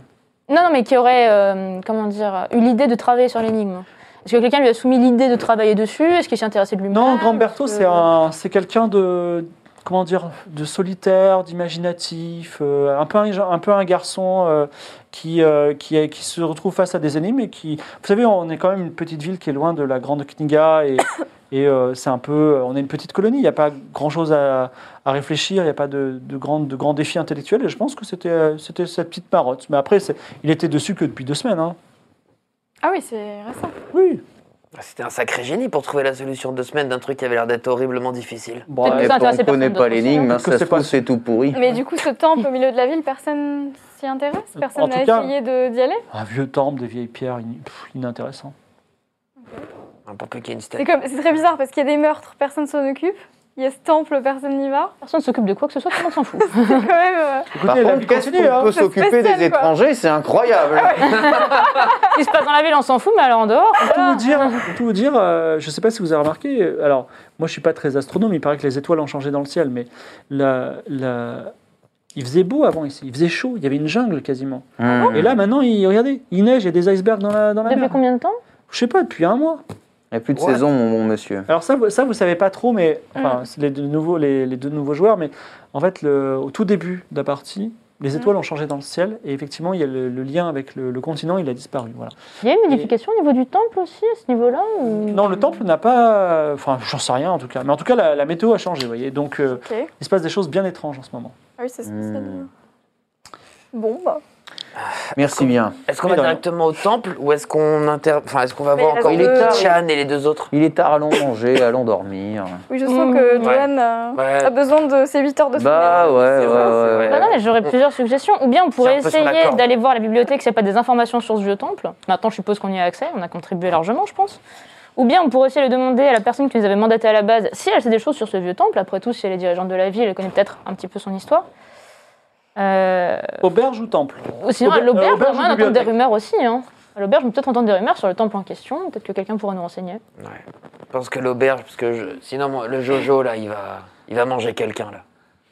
Non, non, mais qui aurait, euh, comment dire, eu l'idée de travailler sur l'énigme. Est-ce que quelqu'un lui a soumis l'idée de travailler dessus Est-ce qu'il s'y intéressait de lui-même Non, Gramberto, Est-ce que- c'est un, c'est quelqu'un de, comment dire, de solitaire, d'imaginatif, euh, un peu un, un peu un garçon euh, qui, euh, qui, est- qui se retrouve face à des énigmes et qui, vous savez, on est quand même une petite ville qui est loin de la grande Kniga et et euh, c'est un peu, on est une petite colonie. Il n'y a pas grand chose à, à réfléchir, il n'y a pas de, de grands de grands défis intellectuels. Et je pense que c'était euh, c'était sa petite marotte. Mais après, c'est- il était dessus que depuis deux semaines. hein. Ah oui, c'est récent. Oui. Ah, C'était un sacré génie pour trouver la solution de deux semaines d'un truc qui avait l'air d'être horriblement difficile. Bon, Peut-être euh, Et Ça intéresse on connaît personne pas d'autre l'énigme, aussi, hein, hein. Que ça se c'est pas- trouve, c'est tout pourri. Mais du coup, ce temple au milieu de la ville, personne s'y intéresse En Personne tout n'a cas- essayé de- d'y aller un vieux temple, des vieilles pierres, in- pff, inintéressant. Ah, Pour que qu'il y ait une C'est statue. comme- c'est très bizarre parce qu'il y a des meurtres, personne s'en occupe. Il y a ce temple, personne n'y va. Personne ne s'occupe de quoi que ce soit, tout le monde s'en fout. C'est quand même. euh, Écoutez, Par la contre, vie qu'est-ce continue. hein. qu'on peut C'est s'occuper spécial, des quoi. étrangers C'est incroyable. Ce qui se passe dans la ville, on s'en fout, mais alors en dehors. Pour tout vous dire, pour tout vous dire euh, je ne sais pas si vous avez remarqué, euh, alors moi je ne suis pas très astronome, il paraît que les étoiles ont changé dans le ciel, mais la, la- il faisait beau avant ici, il faisait chaud, il y avait une jungle quasiment. Hmm. Et là maintenant, il, regardez, il neige, il y a des icebergs dans la, dans la Depuis mer. combien de temps Je ne sais pas, depuis un mois. Il n'y a plus de Ouais. saison, mon bon monsieur. Alors ça, vous- ça vous savez pas trop, mais enfin, c'est les deux nouveaux, les, les deux nouveaux joueurs, mais en fait, le, au tout début de la partie, les étoiles ont changé dans le ciel et effectivement, il y a le, le lien avec le, le continent, il a disparu. Voilà. Il y a une modification au niveau du temple aussi, à ce niveau-là ou- Non, le temple n'a pas, enfin, j'en sais rien en tout cas, mais en tout cas, la, la météo a changé, vous voyez. Donc, euh, Ok. il se passe des choses bien étranges en ce moment. Ah oui, c'est spécial. Hmm. Bon, bah. Merci bien. Est-ce qu'on Mais va dans la- directement au temple ou est-ce qu'on inter... enfin, est-ce qu'on va Mais voir la encore zone de- Chan et les deux autres Il est tard, allons manger, allons dormir. Oui, je sens Mmh. que Ouais. Joanne euh, Ouais. a besoin de ses 8 heures de sommeil. Bah ouais, ouais, C'est vrai, c'est ouais. vrai. Euh, Bah non, mais j'aurais On- plusieurs suggestions. Ou bien on pourrait un peu sur la essayer corde. d'aller voir la bibliothèque s'il n'y a pas des informations sur ce vieux temple. Maintenant, je suppose qu'on y a accès, on a contribué largement, je pense. Ou bien on pourrait essayer de demander à la personne qui nous avait mandaté à la base si elle sait des choses sur ce vieux temple. Après tout, si elle est dirigeante de la ville, elle connaît peut-être un petit peu son histoire. Euh, Auberge ou temple ou sinon, à Auber- euh, l'auberge, auberge au ou moins, on entend des bibliothèque rumeurs aussi. hein. À l'auberge, on peut peut-être entendre des rumeurs sur le temple en question. Peut-être que quelqu'un pourra nous renseigner. Je pense que l'auberge, parce que je- sinon moi, le Jojo là, il va, il va manger quelqu'un là.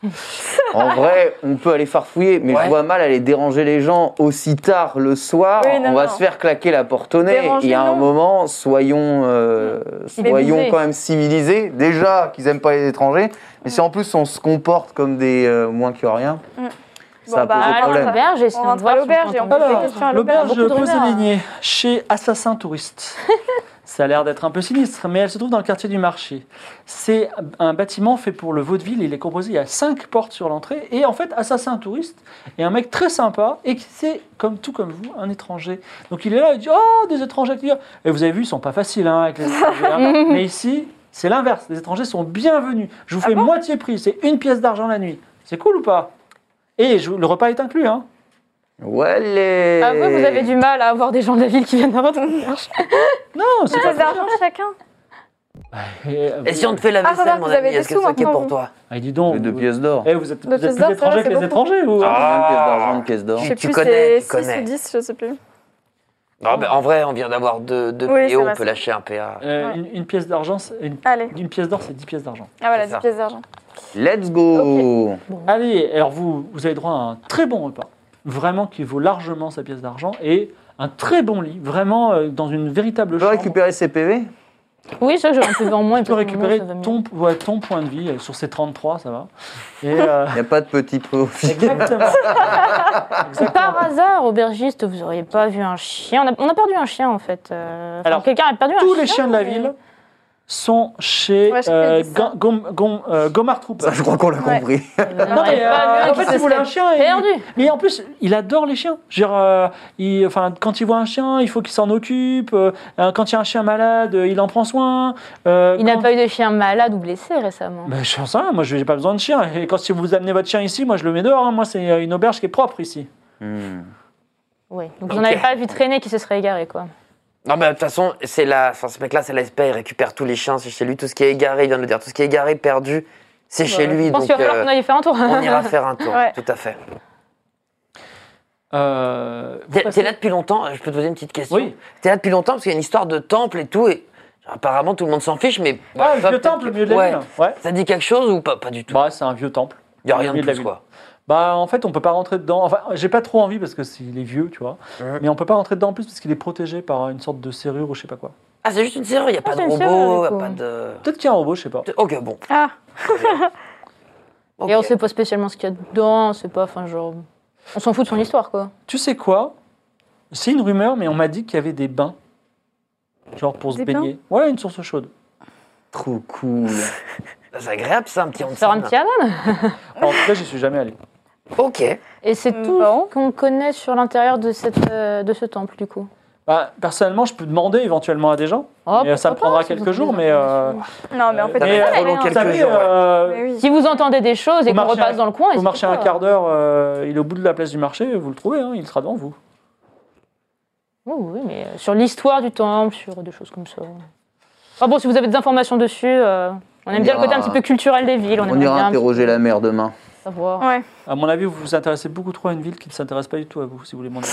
En vrai, on peut aller farfouiller, mais Ouais. je vois mal aller déranger les gens aussi tard le soir. Oui, non, on va non. se faire claquer la porte au nez. Déranger, Mmh. Il y a un non. moment, soyons, euh, Mais soyons baiser. quand même civilisés. Déjà qu'ils aiment pas les étrangers, mais si en plus on se comporte comme des euh, moins que rien, Mm. ça Bon, bah, pose alors, problème. l'auberge, essayons rentre de voir à si on peut l'auberge et on entendre pose des Alors, des choses. questions à l'auberge Beaucoup de rumeurs. Poséligné, chez Assassin Touriste. Ça a l'air d'être un peu sinistre, mais elle se trouve dans le quartier du marché. C'est un bâtiment fait pour le vaudeville. Il est composé, il y a cinq portes sur l'entrée. Et en fait, Assassin Touriste est un mec très sympa et qui c'est, comme tout comme vous, un étranger. Donc il est là, il dit Oh, des étrangers qui viennent. Et vous avez vu, ils sont pas faciles hein, avec les étrangers. hein. mais ici, c'est l'inverse. Les étrangers sont bienvenus. Je vous fais moitié prix. C'est une pièce d'argent la nuit. C'est cool ou pas Et je- le repas est inclus. Hein. Ouais, les... Ah, vous, vous avez du mal à avoir des gens de la ville qui viennent à votre auberge. Non, Ah, c'est pas Pièce d'argent chacun. Et, Et si on te fait la Ah, vaisselle, remarde, mon vous ami, avez des est-ce que sous c'est ok maintenant, pour vous. toi Ah, dis donc. Les deux vous- pièces d'or. Eh, vous êtes, vous Deux êtes pièces plus d'or, ça étrangers va, que c'est les beaucoup. étrangers, vous Une pièce Ah. d'argent, une pièce d'or. Je sais Tu plus, connais, c'est tu 6 connais. ou 10, je sais plus. Non, bah, en vrai, on vient d'avoir deux, deux Oui, PO, c'est on vrai, peut c'est- lâcher un PA. Euh, Ouais. une, une pièce d'argent, c'est- une, Allez. une pièce d'or, c'est 10 pièces d'argent. Ah voilà, C'est ça. 10 pièces d'argent. Let's go Allez, alors vous, vous avez droit à un très bon repas, vraiment qui vaut largement sa pièce d'argent, et un très bon lit, vraiment euh, dans une véritable Je peux chambre. récupérer ses PV Oui, c'est vrai que j'aurais un peu en moins. et Tu peux peut-être en moins, récupérer ça va mieux. ton, ouais, ton point de vie euh, sur ces 33, ça va. Et, euh, Il n'y a pas de petit profit. exactement. Par hasard, aubergiste, vous auriez pas vu un chien. On a, on a perdu un chien en fait. Euh, enfin, Alors, quelqu'un a perdu un chien. Tous les chiens de la mais- ville sont chez Ouais, j'ai euh, fait ça. Gom- Gom- Gom- euh, Gomar Trooper. Ça, je crois qu'on l'a Ouais. compris. Vous Non, n'auriez mais pas euh, vu un en qui fait, se si vous voulez serait un chien, il- Perdu. Mais en plus, il adore les chiens. Je veux dire, euh, il- enfin, quand il voit un chien, il faut qu'il s'en occupe. Euh, euh, quand il y a un chien malade, euh, il en prend soin. Euh, Il n'a quand- pas eu de chien malade ou blessé récemment. Mais je sais rien, moi je n'ai pas besoin de chien. Et quand si vous amenez votre chien ici, moi je le mets dehors. hein. Moi c'est euh, une auberge qui est propre ici. Hmm. Oui. Donc vous Ok. n'avez pas vu traîner qui se serait égaré quoi. Non, mais de toute façon, c'est la... enfin, ce mec-là, c'est la SPA, il récupère tous les chiens, c'est chez lui. Tout ce qui est égaré, il vient de le dire, tout ce qui est égaré, perdu, c'est chez lui. Je pense Donc, qu'il va falloir euh, qu'on aille faire un tour. on ira faire un tour, Ouais. tout à fait. Euh, vous T'es passez- t'es là depuis longtemps, je peux te poser une petite question Oui. T'es là depuis longtemps parce qu'il y a une histoire de temple et tout, et apparemment tout le monde s'en fiche, mais. Ah, bah, le ça, vieux peut-être temple au que- milieu de la ouais. ville. hein. Ouais. Ça dit quelque chose ou pas Pas du tout. Bah, c'est un vieux temple. Il n'y a au rien de milieu de la plus, ville. quoi. Bah, en fait, on peut pas rentrer dedans. Enfin, j'ai pas trop envie parce que c'est- il est vieux, tu vois. Mhm. Mais on peut pas rentrer dedans en plus parce qu'il est protégé par une sorte de serrure ou je sais pas quoi. Ah, c'est juste une serrure, il n'y a pas de c'est une robot, serrure, il n'y du a coup. pas de... Peut-être qu'il y a un robot, je sais pas. de- Ok, bon. Ah. Ok. Et on sait pas spécialement ce qu'il y a dedans, c'est pas, enfin genre, on s'en fout de son histoire quoi. Tu sais quoi C'est une rumeur, mais on m'a dit qu'il y avait des bains. Genre pour se Des baigner. Ouais, une source chaude. Trop cool. C'est agréable, ça, un petit onsen. Faire un petit hammam. Alors, en tout cas, j'y suis jamais allé. Ok. Et c'est Mm, bah tout bon. ce qu'on connaît sur l'intérieur de cette, euh, de ce temple du coup. Bah, personnellement, je peux demander éventuellement à des gens. Oh, Mais ça pourquoi me prendra pas, si vous quelques avez jours, des mais, euh, informations. Non, mais en fait, Ça mais, euh, on savait, pendant hein. Vous quelques savez, jours, ouais. euh, Mais oui. Si vous entendez des choses Au et qu'on marché, repasse dans le coin, vous n'hésitez marchez un pas. quart d'heure, euh, il est au bout de la place du marché, vous le trouvez, hein, il sera devant vous. Oui, oui, mais euh, sur l'histoire du temple, sur des choses comme ça. Ah bon, si vous avez des informations dessus, euh, on aime On bien le côté ira- un petit peu culturel des villes. On, On aimerait ira bien interroger la mère demain. Savoir. Ouais. À mon avis, vous vous intéressez beaucoup trop à une ville qui ne s'intéresse pas du tout à vous, si vous voulez mon avis.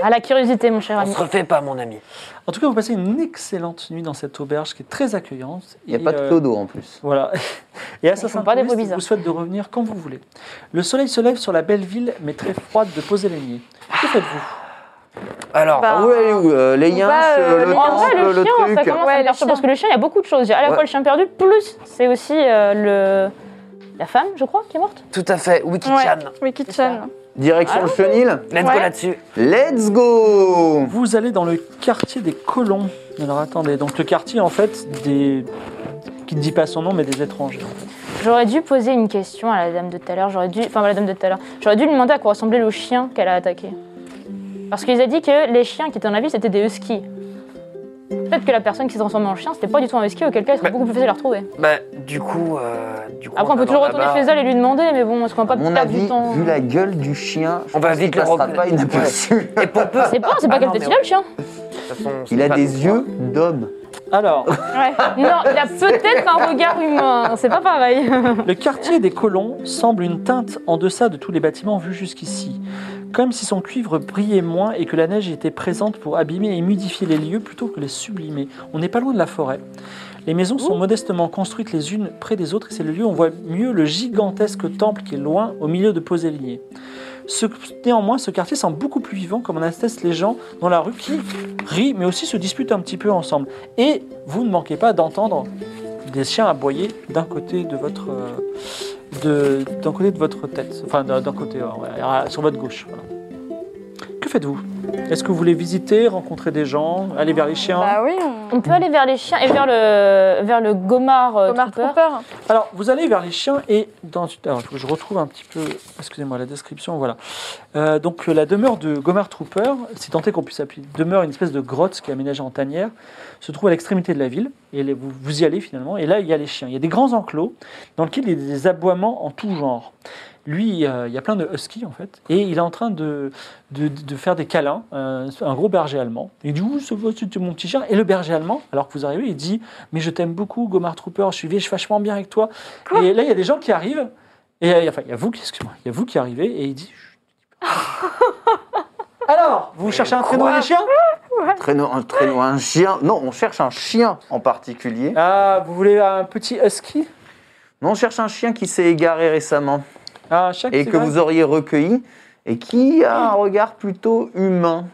À Ah, la curiosité, mon cher On ami. se refait pas, mon ami. En tout cas, vous passez une excellente nuit dans cette auberge qui est très accueillante. Il n'y Et, a pas de euh, clodo en plus. Voilà. Et Assassin font pas des Touriste voix bizarres. vous souhaite de revenir quand vous voulez. Le soleil se lève sur la belle ville, mais très froide de Posélénier. Que faites-vous Alors, Bah, Ah, vous allez où euh, Les on yens, va, euh, euh, le les- En vrai, temple, le, le chien, ça truc. commence Ouais, à le me perturber, chien. parce que le chien, il y a beaucoup de choses. Il y a à la Ouais. fois le chien perdu, plus c'est aussi euh, le... la femme, je crois, qui est morte. tout à fait, Wiki-chan. Ouais, Wiki C'est ça. Chan. Direction le Ah, chenil. Let's go Ouais. là-dessus. Let's go Vous allez dans le quartier des colons. Alors attendez, donc le quartier en fait des qui ne dit pas son nom mais des étrangers. J'aurais dû poser une question à la dame de tout à l'heure. J'aurais dû, enfin à la dame de tout à l'heure. J'aurais dû lui demander à quoi ressemblait le chien qu'elle a attaqué. Parce qu'ils a dit que les chiens qui étaient dans la ville c'était des huskies. Peut-être que la personne qui se transformait en chien c'était pas du tout un husky auquel cas il serait Mais- beaucoup plus facile à la retrouver. Bah, du coup... euh, du coup Après on va peut toujours dans la retourner barre. chez elle et lui demander mais bon est-ce qu'on va À pas mon perdre du avis, temps vu la gueule du chien, je On va pense vite qu'il le passera reconnaître. pas inaperçu. Et pour peu... C'est pas, c'est pas Ah qu'elle non, était mais là le chien. de toute façon, c'est Il a pas des nous, yeux d'homme. Alors, Non, il a peut-être un regard humain, c'est pas pareil. le quartier des colons semble une teinte en deçà de tous les bâtiments vus jusqu'ici, comme si son cuivre brillait moins et que la neige y était présente pour abîmer et mudifier les lieux plutôt que les sublimer. On n'est pas loin de la forêt. Les maisons sont modestement construites les unes près des autres et c'est le lieu où on voit mieux le gigantesque temple qui est loin au milieu de Posélier. Ce- néanmoins, ce quartier semble beaucoup plus vivant, comme en attestent les gens dans la rue qui rient, mais aussi se disputent un petit peu ensemble. Et vous ne manquez pas d'entendre des chiens aboyer d'un côté de votre euh, de- d'un côté de votre tête, enfin d'un d'un côté euh, ouais, à- sur votre gauche. voilà. Que faites-vous Est-ce que vous voulez visiter, rencontrer des gens, aller vers les chiens Bah oui, on... On peut aller vers les chiens et vers le vers le gomard, euh, Omar trooper. Trooper. Alors, vous allez vers les chiens et dans. Alors, il faut que je retrouve un petit peu. Excusez-moi, la description, voilà. Euh, donc, euh, la demeure de Gomer Trooper, si tant est qu'on puisse appeler demeure, une espèce de grotte qui est aménagée en tanière, se trouve à l'extrémité de la ville. Et les- vous, vous y allez finalement. Et là, il y a les chiens. Il y a des grands enclos dans lesquels il y a des aboiements en tout genre. Lui, euh, il y a plein de huskies en fait, et il est en train de, de, de faire des câlins, euh, un gros berger allemand. Il dit Ouh, ça va, c'est mon petit chien. Et le berger allemand, alors que vous arrivez, il dit Mais je t'aime beaucoup, Gomar Trooper, je suis je suis vachement bien avec toi. Et là, il y a des gens qui arrivent. Et euh, enfin, il y a vous qui, excusez-moi, il y a vous qui arrivez et il dit. Chut. Alors, vous cherchez un traîneau quoi des chiens Traîneau, un traîneau, un chien. Non, on cherche un chien en particulier. Ah, vous voulez un petit husky Non, on cherche un chien qui s'est égaré récemment Ah, Un chat qui et se que balade vous auriez recueilli et qui a un regard plutôt humain.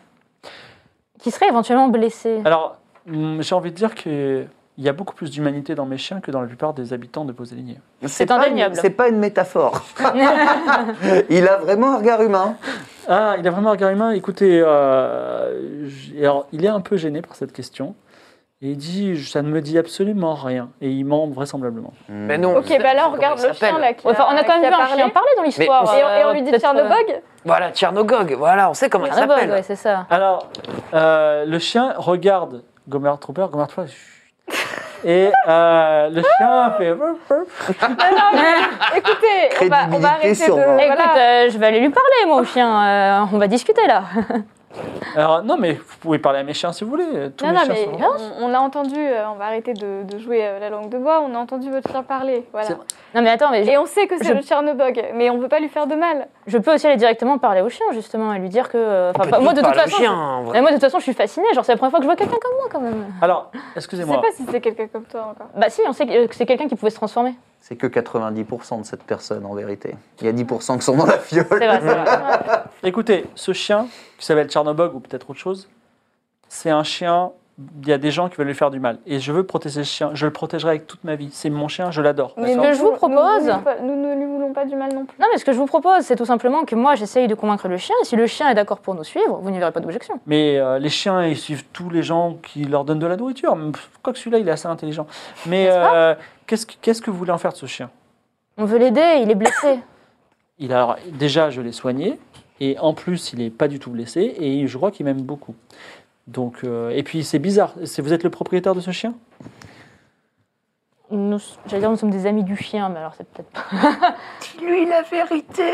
qui serait éventuellement Euh, blessé. Alors, hum, j'ai envie de dire qu'il y a beaucoup plus d'humanité dans mes chiens que dans la plupart des habitants de Poséligné. C'est pas une- indéniable. C'est pas une métaphore. Il a vraiment un regard humain. Ah, il a vraiment un regard humain. Écoutez, euh, j- alors, il est un peu gêné par cette question. Et il dit Ça ne me dit absolument rien. Et il ment vraisemblablement. Hmm. Mais non. Ok, bah là, on regarde le chien là. euh, Qui Enfin, on a quand même vu un parlé. chien parler dans l'histoire. Et on, et on lui euh, dit peut-être, euh, Tchernobog Voilà, Tchernogog, voilà, on sait comment il Tchernobog, s'appelle. Ah, bah, ouais, c'est ça. Alors, euh, le chien regarde Gomer Trooper, Gomer Trooper, chut. et euh, le chien fait. Ah non, mais écoutez, on va, Crédibilité on va arrêter de. sur moi. Écoute, Voilà. euh, je vais aller lui parler, moi, au chien. euh, on va discuter, là. Alors, non, mais vous pouvez parler à mes chiens si vous voulez. Tous Non, mes non, chiens mais hein sont- on, on l'a entendu, euh, on va arrêter de, de jouer euh, la langue de bois, on a entendu votre chien parler. C'est Voilà. vrai. Non, mais attends, mais je, Et on sait que c'est Je- le Tchernobog, mais on veut pas lui faire de mal. je peux aussi aller directement parler au chien, justement, et lui dire que... euh, On enfin, peut pas- moi, de toujours toute parler au façon... chien, en vrai. Mais moi, de toute façon, je suis fascinée. Genre, c'est la première fois que je vois quelqu'un comme moi, quand même. Alors, Je sais excusez-moi. pas si c'est quelqu'un comme toi encore. Bah si, on sait que que c'est quelqu'un qui pouvait se transformer. C'est que 90% de cette personne en vérité. Il y a 10% qui sont dans la fiole. C'est vrai, c'est vrai. Écoutez, ce chien, qui s'appelle Tchernobog ou peut-être autre chose, c'est un chien il y a des gens qui veulent lui faire du mal. Et je veux protéger ce chien. Je le protégerai avec toute ma vie. C'est mon chien, je l'adore. Mais D'accord le- je vous Nous- propose- Nous, ne voulons pas- nous ne lui voulons pas du mal non plus. Non, mais ce que je vous propose, c'est tout simplement que moi, j'essaye de convaincre le chien. Et si le chien est d'accord pour nous suivre, vous n'y verrez pas d'objection. Mais euh, les chiens, ils suivent tous les gens qui leur donnent de la nourriture. Pff, Quoique celui-là, il est assez intelligent. Mais euh, qu'est-ce que- qu'est-ce que vous voulez en faire de ce chien On veut l'aider, il est blessé. il a, alors, Déjà, je l'ai soigné. Et en plus, il n'est pas du tout blessé. Et je crois qu'il m'aime beaucoup. Donc, euh, et puis, c'est bizarre. C'est- Vous êtes le propriétaire de ce chien Nous, j'allais dire, nous sommes des amis du chien, mais alors c'est peut-être pas. Dis-lui la vérité.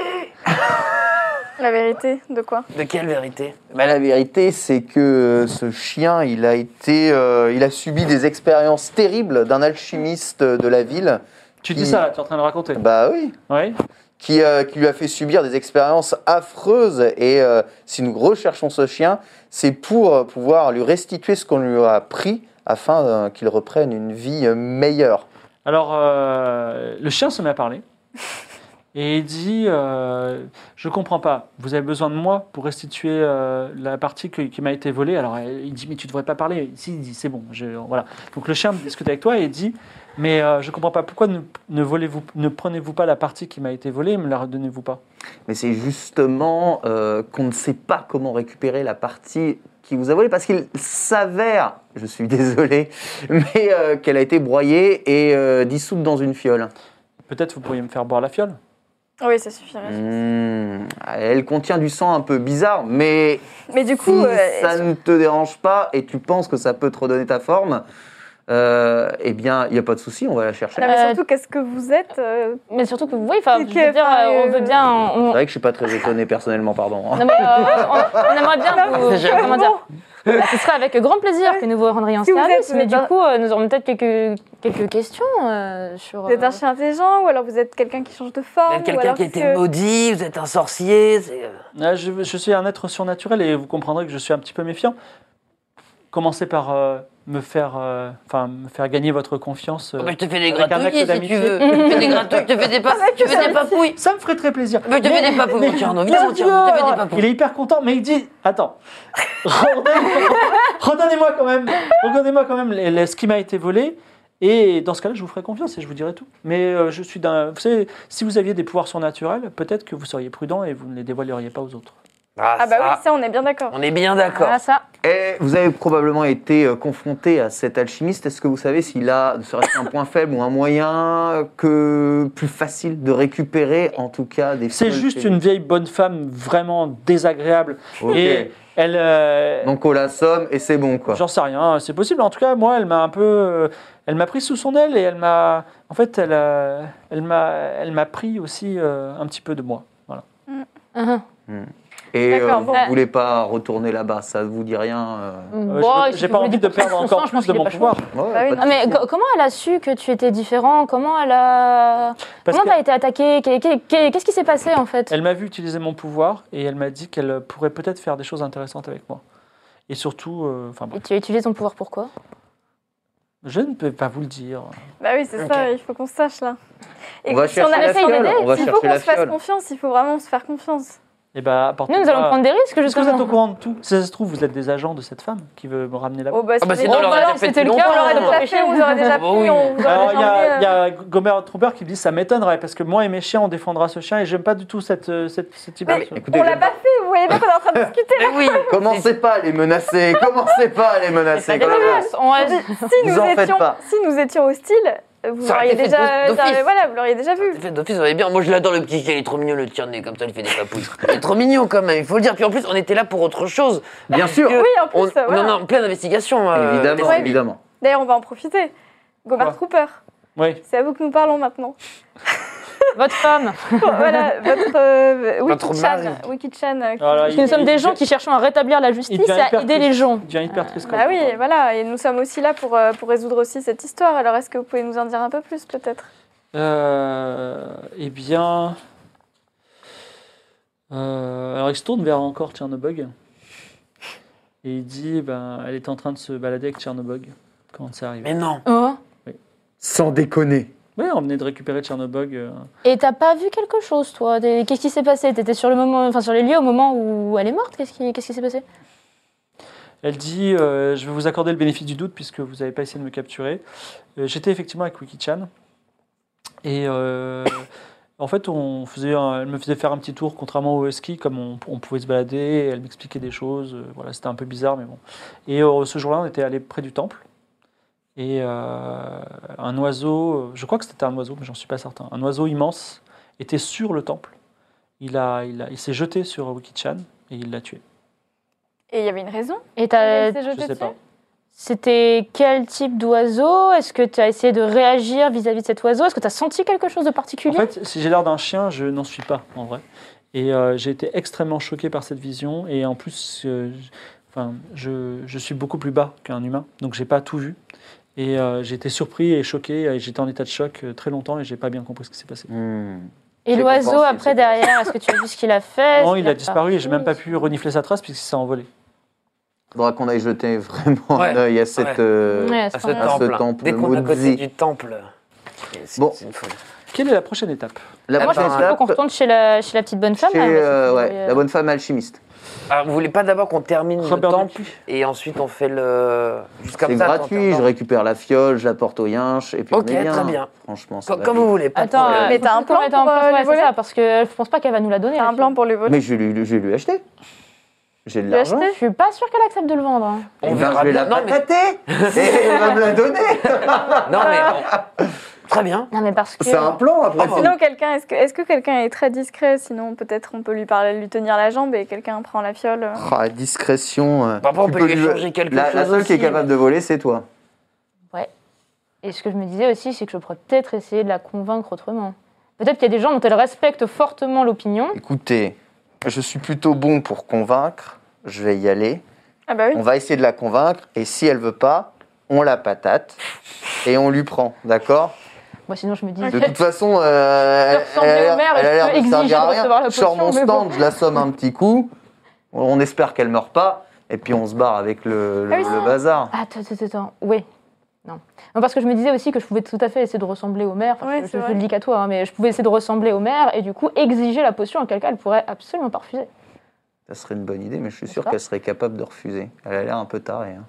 La vérité, de quoi De quelle vérité Bah, la vérité, c'est que euh, ce chien, il a été, euh, il a subi des expériences terribles d'un alchimiste de la ville. Tu Il- dis ça, tu es en train de le raconter. Bah oui. Oui. Qui, euh, qui lui a fait subir des expériences affreuses. Et euh, si nous recherchons ce chien, c'est pour euh, pouvoir lui restituer ce qu'on lui a pris afin euh, qu'il reprenne une vie euh, meilleure. Alors, euh, le chien se met à parler. Et il dit euh, Je comprends pas, vous avez besoin de moi pour restituer euh, la partie que- qui m'a été volée. Alors, euh, il dit Mais tu devrais pas parler. Si, il dit C'est bon. je- voilà. Donc, le chien discute avec toi et il dit Mais euh, je comprends pas, pourquoi ne, ne, volez-vous- ne prenez-vous pas la partie qui m'a été volée et me la redonnez-vous pas Mais c'est justement euh, qu'on ne sait pas comment récupérer la partie qui vous a volé parce qu'il s'avère, je suis désolé, mais euh, qu'elle a été broyée et euh, dissoute dans une fiole. Peut-être vous pourriez me faire boire la fiole. Oui, ça suffirait. Mmh, elle contient du sang un peu bizarre, mais Mais du coup, si euh, ça ne te dérange pas et tu penses que ça peut te redonner ta forme, euh, eh bien, il n'y a pas de souci, on va la chercher. non, mais Euh, surtout, qu'est-ce que vous êtes euh, Mais surtout que, oui, enfin, je Que- veux dire, enfin, euh, on euh, veut bien. on- C'est vrai que je suis pas très étonné personnellement, pardon. hein. Non, mais euh, ouais, on, on aimerait bien vous. J'avoue. Comment dire Ce serait avec grand plaisir que nous vous rendrions un Si vous service, êtes- mais du ben- coup, euh, nous aurons peut-être quelques, quelques questions euh, sur. Vous êtes euh, un chien intelligent ou alors vous êtes quelqu'un qui change de forme Vous êtes Ah, ou quelqu'un alors qui qu'est-ce était que- maudit, vous êtes un sorcier. c'est- euh. Ah, je, je suis un être surnaturel et vous comprendrez que je suis un petit peu méfiant. Commencez par euh, me, faire, euh, enfin, me faire gagner votre confiance. euh, Oh, bah, je te fais des Avec un acte gratouilles si tu d'amitié. veux. Je te fais des gratouilles, je te fais des pas- je te fais des papouilles. Ça me ferait très plaisir. Mais je te fais des papouilles, mon Tierno, viens, mon Tierno, je te fais des papouilles. Il est hyper content, mais il dit Attends, redonnez-moi redonnez-moi quand même, redonnez-moi quand même les- les- ce qui m'a été volé. Et dans ce cas-là, je vous ferai confiance et je vous dirai tout. Mais euh, je suis d'un. Vous savez, si vous aviez des pouvoirs surnaturels, peut-être que vous seriez prudent et vous ne les dévoileriez pas aux autres. Ah bah oui, ça, Ah, on est bien d'accord. On est bien d'accord. Voilà ça. Et vous avez probablement été euh, confronté à cet alchimiste. Est-ce que vous savez s'il a, ne serait-ce qu'un point faible ou un moyen que plus facile de récupérer, en tout cas, des C'est fioles juste chez- une vieille bonne femme vraiment désagréable. Ok. Et elle. euh, Donc on la somme et c'est bon, quoi. J'en sais rien, c'est possible. En tout cas, moi, elle m'a un peu, euh, elle m'a pris sous son aile et elle m'a, en fait, elle, euh, elle m'a, elle m'a pris aussi euh, un petit peu de moi. Voilà. Uh-huh. Et D'accord, euh, bon. vous voulez pas retourner là-bas, ça vous dit rien euh, Euh, Bon, je- si J'ai vous pas voulez envie de du perdre pourcent, encore je pense plus de qu'il est mon pas pouvoir. ouais, Bah oui, pas de Ah, mais souci. co- comment elle a su que tu étais différent Comment elle a. Parce comment que- t'as été attaqué Qu'est- qu'est- qu'est- Qu'est-ce qui s'est passé en fait Elle m'a vu utiliser mon pouvoir et elle m'a dit qu'elle pourrait peut-être faire des choses intéressantes avec moi. Et surtout, euh, enfin bon, Et tu as utilisé ton pouvoir pourquoi je ne peux pas vous le dire. Bah oui, c'est ça, il faut qu'on se sache là. On va que chercher la essaye fiole. d'aider, On va il faut chercher qu'on la se fasse fiole. confiance, il faut vraiment se faire confiance. Et bah, apportez Nous, nous allons prendre des risques Est-ce que vous êtes au justement. courant de tout Si ça se trouve, vous êtes des agents de cette femme qui veut me ramener là-bas. Oh bah, Ah bah, c'est- sinon, on oh, l'aurait bah, déjà non, fait c'était le depuis cas, on longtemps. l'aurait déjà fait, on vous aurait déjà Ah pris, bah oui. on vous Alors, aurait il y, a- déjà il y a Gomer Trooper qui dit Ça m'étonnerait parce que moi et mes chiens, on défendra ce chien et j'aime pas du tout cette, euh, cette, cette Ah, mais image. écoutez, On l'a j'aime pas fait, vous voyez pas qu'on est en train de discuter. Mais oui. Commencez pas à les menacer, commencez pas à les menacer. Des quand même. menaces, on Eh, reste- Vous Si nous en faites étions, pas. si nous étions hostiles, vous Ça aurait l'auriez été fait déjà, d'office. ça- voilà, vous l'auriez déjà vu. Le fait d'office, on est bien. Moi, je l'adore, le petit chien. Il est trop mignon, le tien comme ça, il fait des papouilles. Il est trop mignon, quand même, il faut le dire. Puis en plus, on était là pour autre chose. Bien sûr, Que Oui, en plus, on, euh, on en est voilà. en pleine investigation. euh, évidemment, Tessa. évidemment. D'ailleurs, on va en profiter. Gobert Quoi Trooper, Oui. c'est à vous que nous parlons maintenant. votre femme. voilà, votre euh, Votre Wiki-chan. mari. Wiki-chan, euh, qui- Alors, Parce que nous il- sommes il- des gens qui cherchons à rétablir la justice et devient à hyper aider les triste. gens. Il devient hyper triste quand Bah il oui, parle. voilà, et nous sommes aussi là pour, euh, pour résoudre aussi cette histoire. Alors, est-ce que vous pouvez nous en dire un peu plus, peut-être Euh, eh bien. euh, alors, il se tourne vers encore Tchernobog. Et il dit ben, Elle était en train de se balader avec Tchernobog quand c'est arrivé. Mais non. Oh. Sans déconner. Oui, on venait de récupérer Tchernobog. euh. Et t'as pas vu quelque chose, toi Des- Qu'est-ce qui s'est passé T'étais sur le moment, enfin sur les lieux au moment où elle est morte. Qu'est-ce qui, qu'est-ce qui s'est passé Elle dit euh, Je vais vous accorder le bénéfice du doute puisque vous n'avez pas essayé de me capturer. Euh, J'étais effectivement avec Wiki Chan. Et euh, en fait, on faisait un- elle me faisait faire un petit tour, contrairement au ski, comme on, on pouvait se balader. Elle m'expliquait des choses. euh, voilà, c'était un peu bizarre, mais bon. Et euh, ce jour-là, on était allé près du temple. Et euh, un oiseau, euh, je crois que c'était un oiseau, mais j'en suis pas certain. Un oiseau immense était sur le temple. Il, a, il, a- il s'est jeté sur Wiki-chan et il l'a tué. Et il y avait une raison Et Elle t'as- s'est jetée Je sais dessus pas. c'était quel type d'oiseau Est-ce que tu as essayé de réagir vis-à-vis de cet oiseau Est-ce que tu as senti quelque chose de En particulier fait, si j'ai l'air d'un chien, je n'en suis pas, en vrai. Et euh, j'ai été extrêmement choqué par cette vision. Et en plus, euh, j- enfin, je, je suis beaucoup plus bas qu'un humain, donc j'ai pas tout vu. Et euh, j'ai été surpris et choqué. et J'étais en état de choc euh, très longtemps et j'ai pas bien compris ce qui s'est passé. Hmm. Et c'est l'oiseau compensé, après c'est derrière, est-ce que tu as vu ce qu'il a fait Non, Est-ce il qu'il a disparu et j'ai même pas parti pu renifler sa trace puisqu'il s'est envolé. Faudra qu'on aille jeter vraiment Ouais. un œil à cette. Ouais. euh, Ouais, à ce À ce moment-là. temple. temple. hein. Dès qu'on est à côté Maudit. du temple. c'est- Bon. c'est une folie. Quelle est la prochaine étape La Ah, Moi, je prochaine pense qu'il faut étape. qu'on retourne chez la, chez la petite bonne femme. chez, là, parce euh, qu'il ouais, faut, euh, la bonne femme alchimiste. Alors, vous voulez pas d'abord qu'on termine Euh, Robert le temple Dupuis. et ensuite on fait le. Jusqu'à C'est gratuit, je récupère la fiole, je la porte au yinche, et puis Ok, on est bien. très bien. Franchement, ça Comme, va comme vite. vous voulez. Pas de Attends, problème. Mais euh, t'as faut un qu'on mette plan pour, euh, ouais, les c'est voler ça, parce que je pense pas qu'elle va nous la donner. T'as la un plan pour les voler Mais je vais lui, je vais lui acheter. J'ai de Lui l'argent. acheter fille. Je suis pas sûre qu'elle accepte de le vendre. hein. Eh On ben, verra je vais bien. la Non, mais. patater et elle va me la donner. Non, mais on- Très bien. Non, mais parce que. C'est un plan après. Ah, c'est- Sinon, quelqu'un, est-ce que, est-ce que quelqu'un est très discret Sinon, peut-être on peut lui parler, lui tenir la jambe et quelqu'un prend la fiole. euh. Oh, la discrétion. euh, Par contre, Bah, on tu peut peux lui lui- échanger quelque la, chose. la seule qui est aussi, capable de voler, c'est toi. Et ce que je me disais aussi, c'est que je pourrais peut-être essayer de la convaincre autrement. Peut-être qu'il y a des gens dont elle respecte fortement l'opinion. Écoutez, je suis plutôt bon pour convaincre. Je vais y aller. Ah bah oui. On va essayer de la convaincre. Et si elle veut pas, on la patate et on lui prend. D'accord Moi, sinon, je me dis. De toute façon, euh, Je elle, ressemblais a au l'air- maire et elle a je l'air peux de me exiger servir de à rien. recevoir la Je sors mon potion, mais stand, je la somme un petit coup. On espère qu'elle meurt pas. Et puis on se barre avec le, le- Ah oui, le ça. bazar. Attends, attends, attends. Oui. Non. non. Parce que je me disais aussi que je pouvais tout à fait essayer de ressembler au maire. Enfin, Ouais, je, je c'est vrai. le dis qu'à toi, hein, mais je pouvais essayer de ressembler au maire et du coup exiger la potion en quelqu'un, elle pourrait absolument pas refuser. Ça serait une bonne idée, mais je suis sûr D'accord. qu'elle serait capable de refuser. Elle a l'air un peu tarée. hein.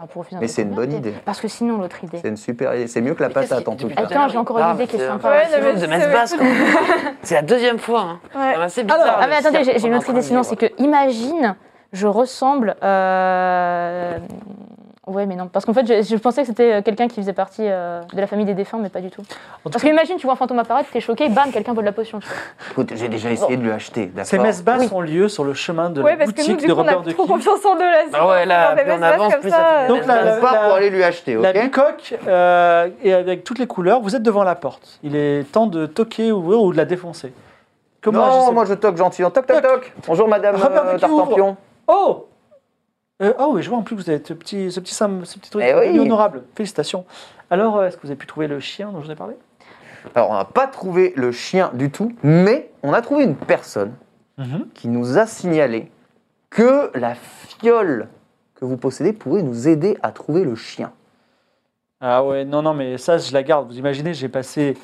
Ah, pour refuser un Mais truc c'est une comme ça, bonne mais- idée. Parce que sinon, l'autre idée. C'est une super idée. C'est mieux que la Qu'est-ce patate qui- en tout depuis cas. tout à l'heure, Attends, j'ai encore il une parle, idée qui est c'est- sympa. Ouais, c'est mais de je mettre savais basse, pas. quoi. C'est la deuxième fois. hein. Ouais. Ah bah, C'est bizarre. Ah le mais attendez, cirque j'ai j'ai une qu'on est autre en train idée de sinon, c'est vivre. que imagine, je ressemble. Euh... Ouais, mais non, parce qu'en fait, je, je pensais que c'était euh, quelqu'un qui faisait partie euh, de la famille des défunts, mais pas du tout. En tout Parce que imagine, tu vois un fantôme apparaître, t'es choqué, bam, quelqu'un vole la potion. tu vois. Écoute, j'ai déjà essayé de lui acheter. Ces D'accord. messes basses ont lieu sur le chemin de Ouais, la parce que nous, boutique du de coup, on a Robert de trop Key. confiance en eux là. Ah ouais, là, Dans des plus on espaces avance, comme plus ça, ça euh, fait Donc, des la- On messes part la- pour aller lui acheter, ok La bicoque euh, et avec toutes les couleurs, vous êtes devant la porte. Il est temps de toquer ou, ou de la défoncer. Comment Non, agissez-vous moi je toque gentiment. Toc, toc, toc. Bonjour madame Robert euh, Dupuis ouvre. Tartampion. Oh Euh, Ah oui, je vois en plus que vous avez ce petit, ce petit, sam- ce petit truc Eh oui. honorable. Félicitations. Alors, euh, est-ce que vous avez pu trouver le chien dont je vous ai parlé Alors, on n'a pas trouvé le chien du tout, mais on a trouvé une personne Mhm. qui nous a signalé que la fiole que vous possédez pourrait nous aider à trouver le chien. Ah ouais, non, non, mais ça, je la garde. Vous imaginez, j'ai passé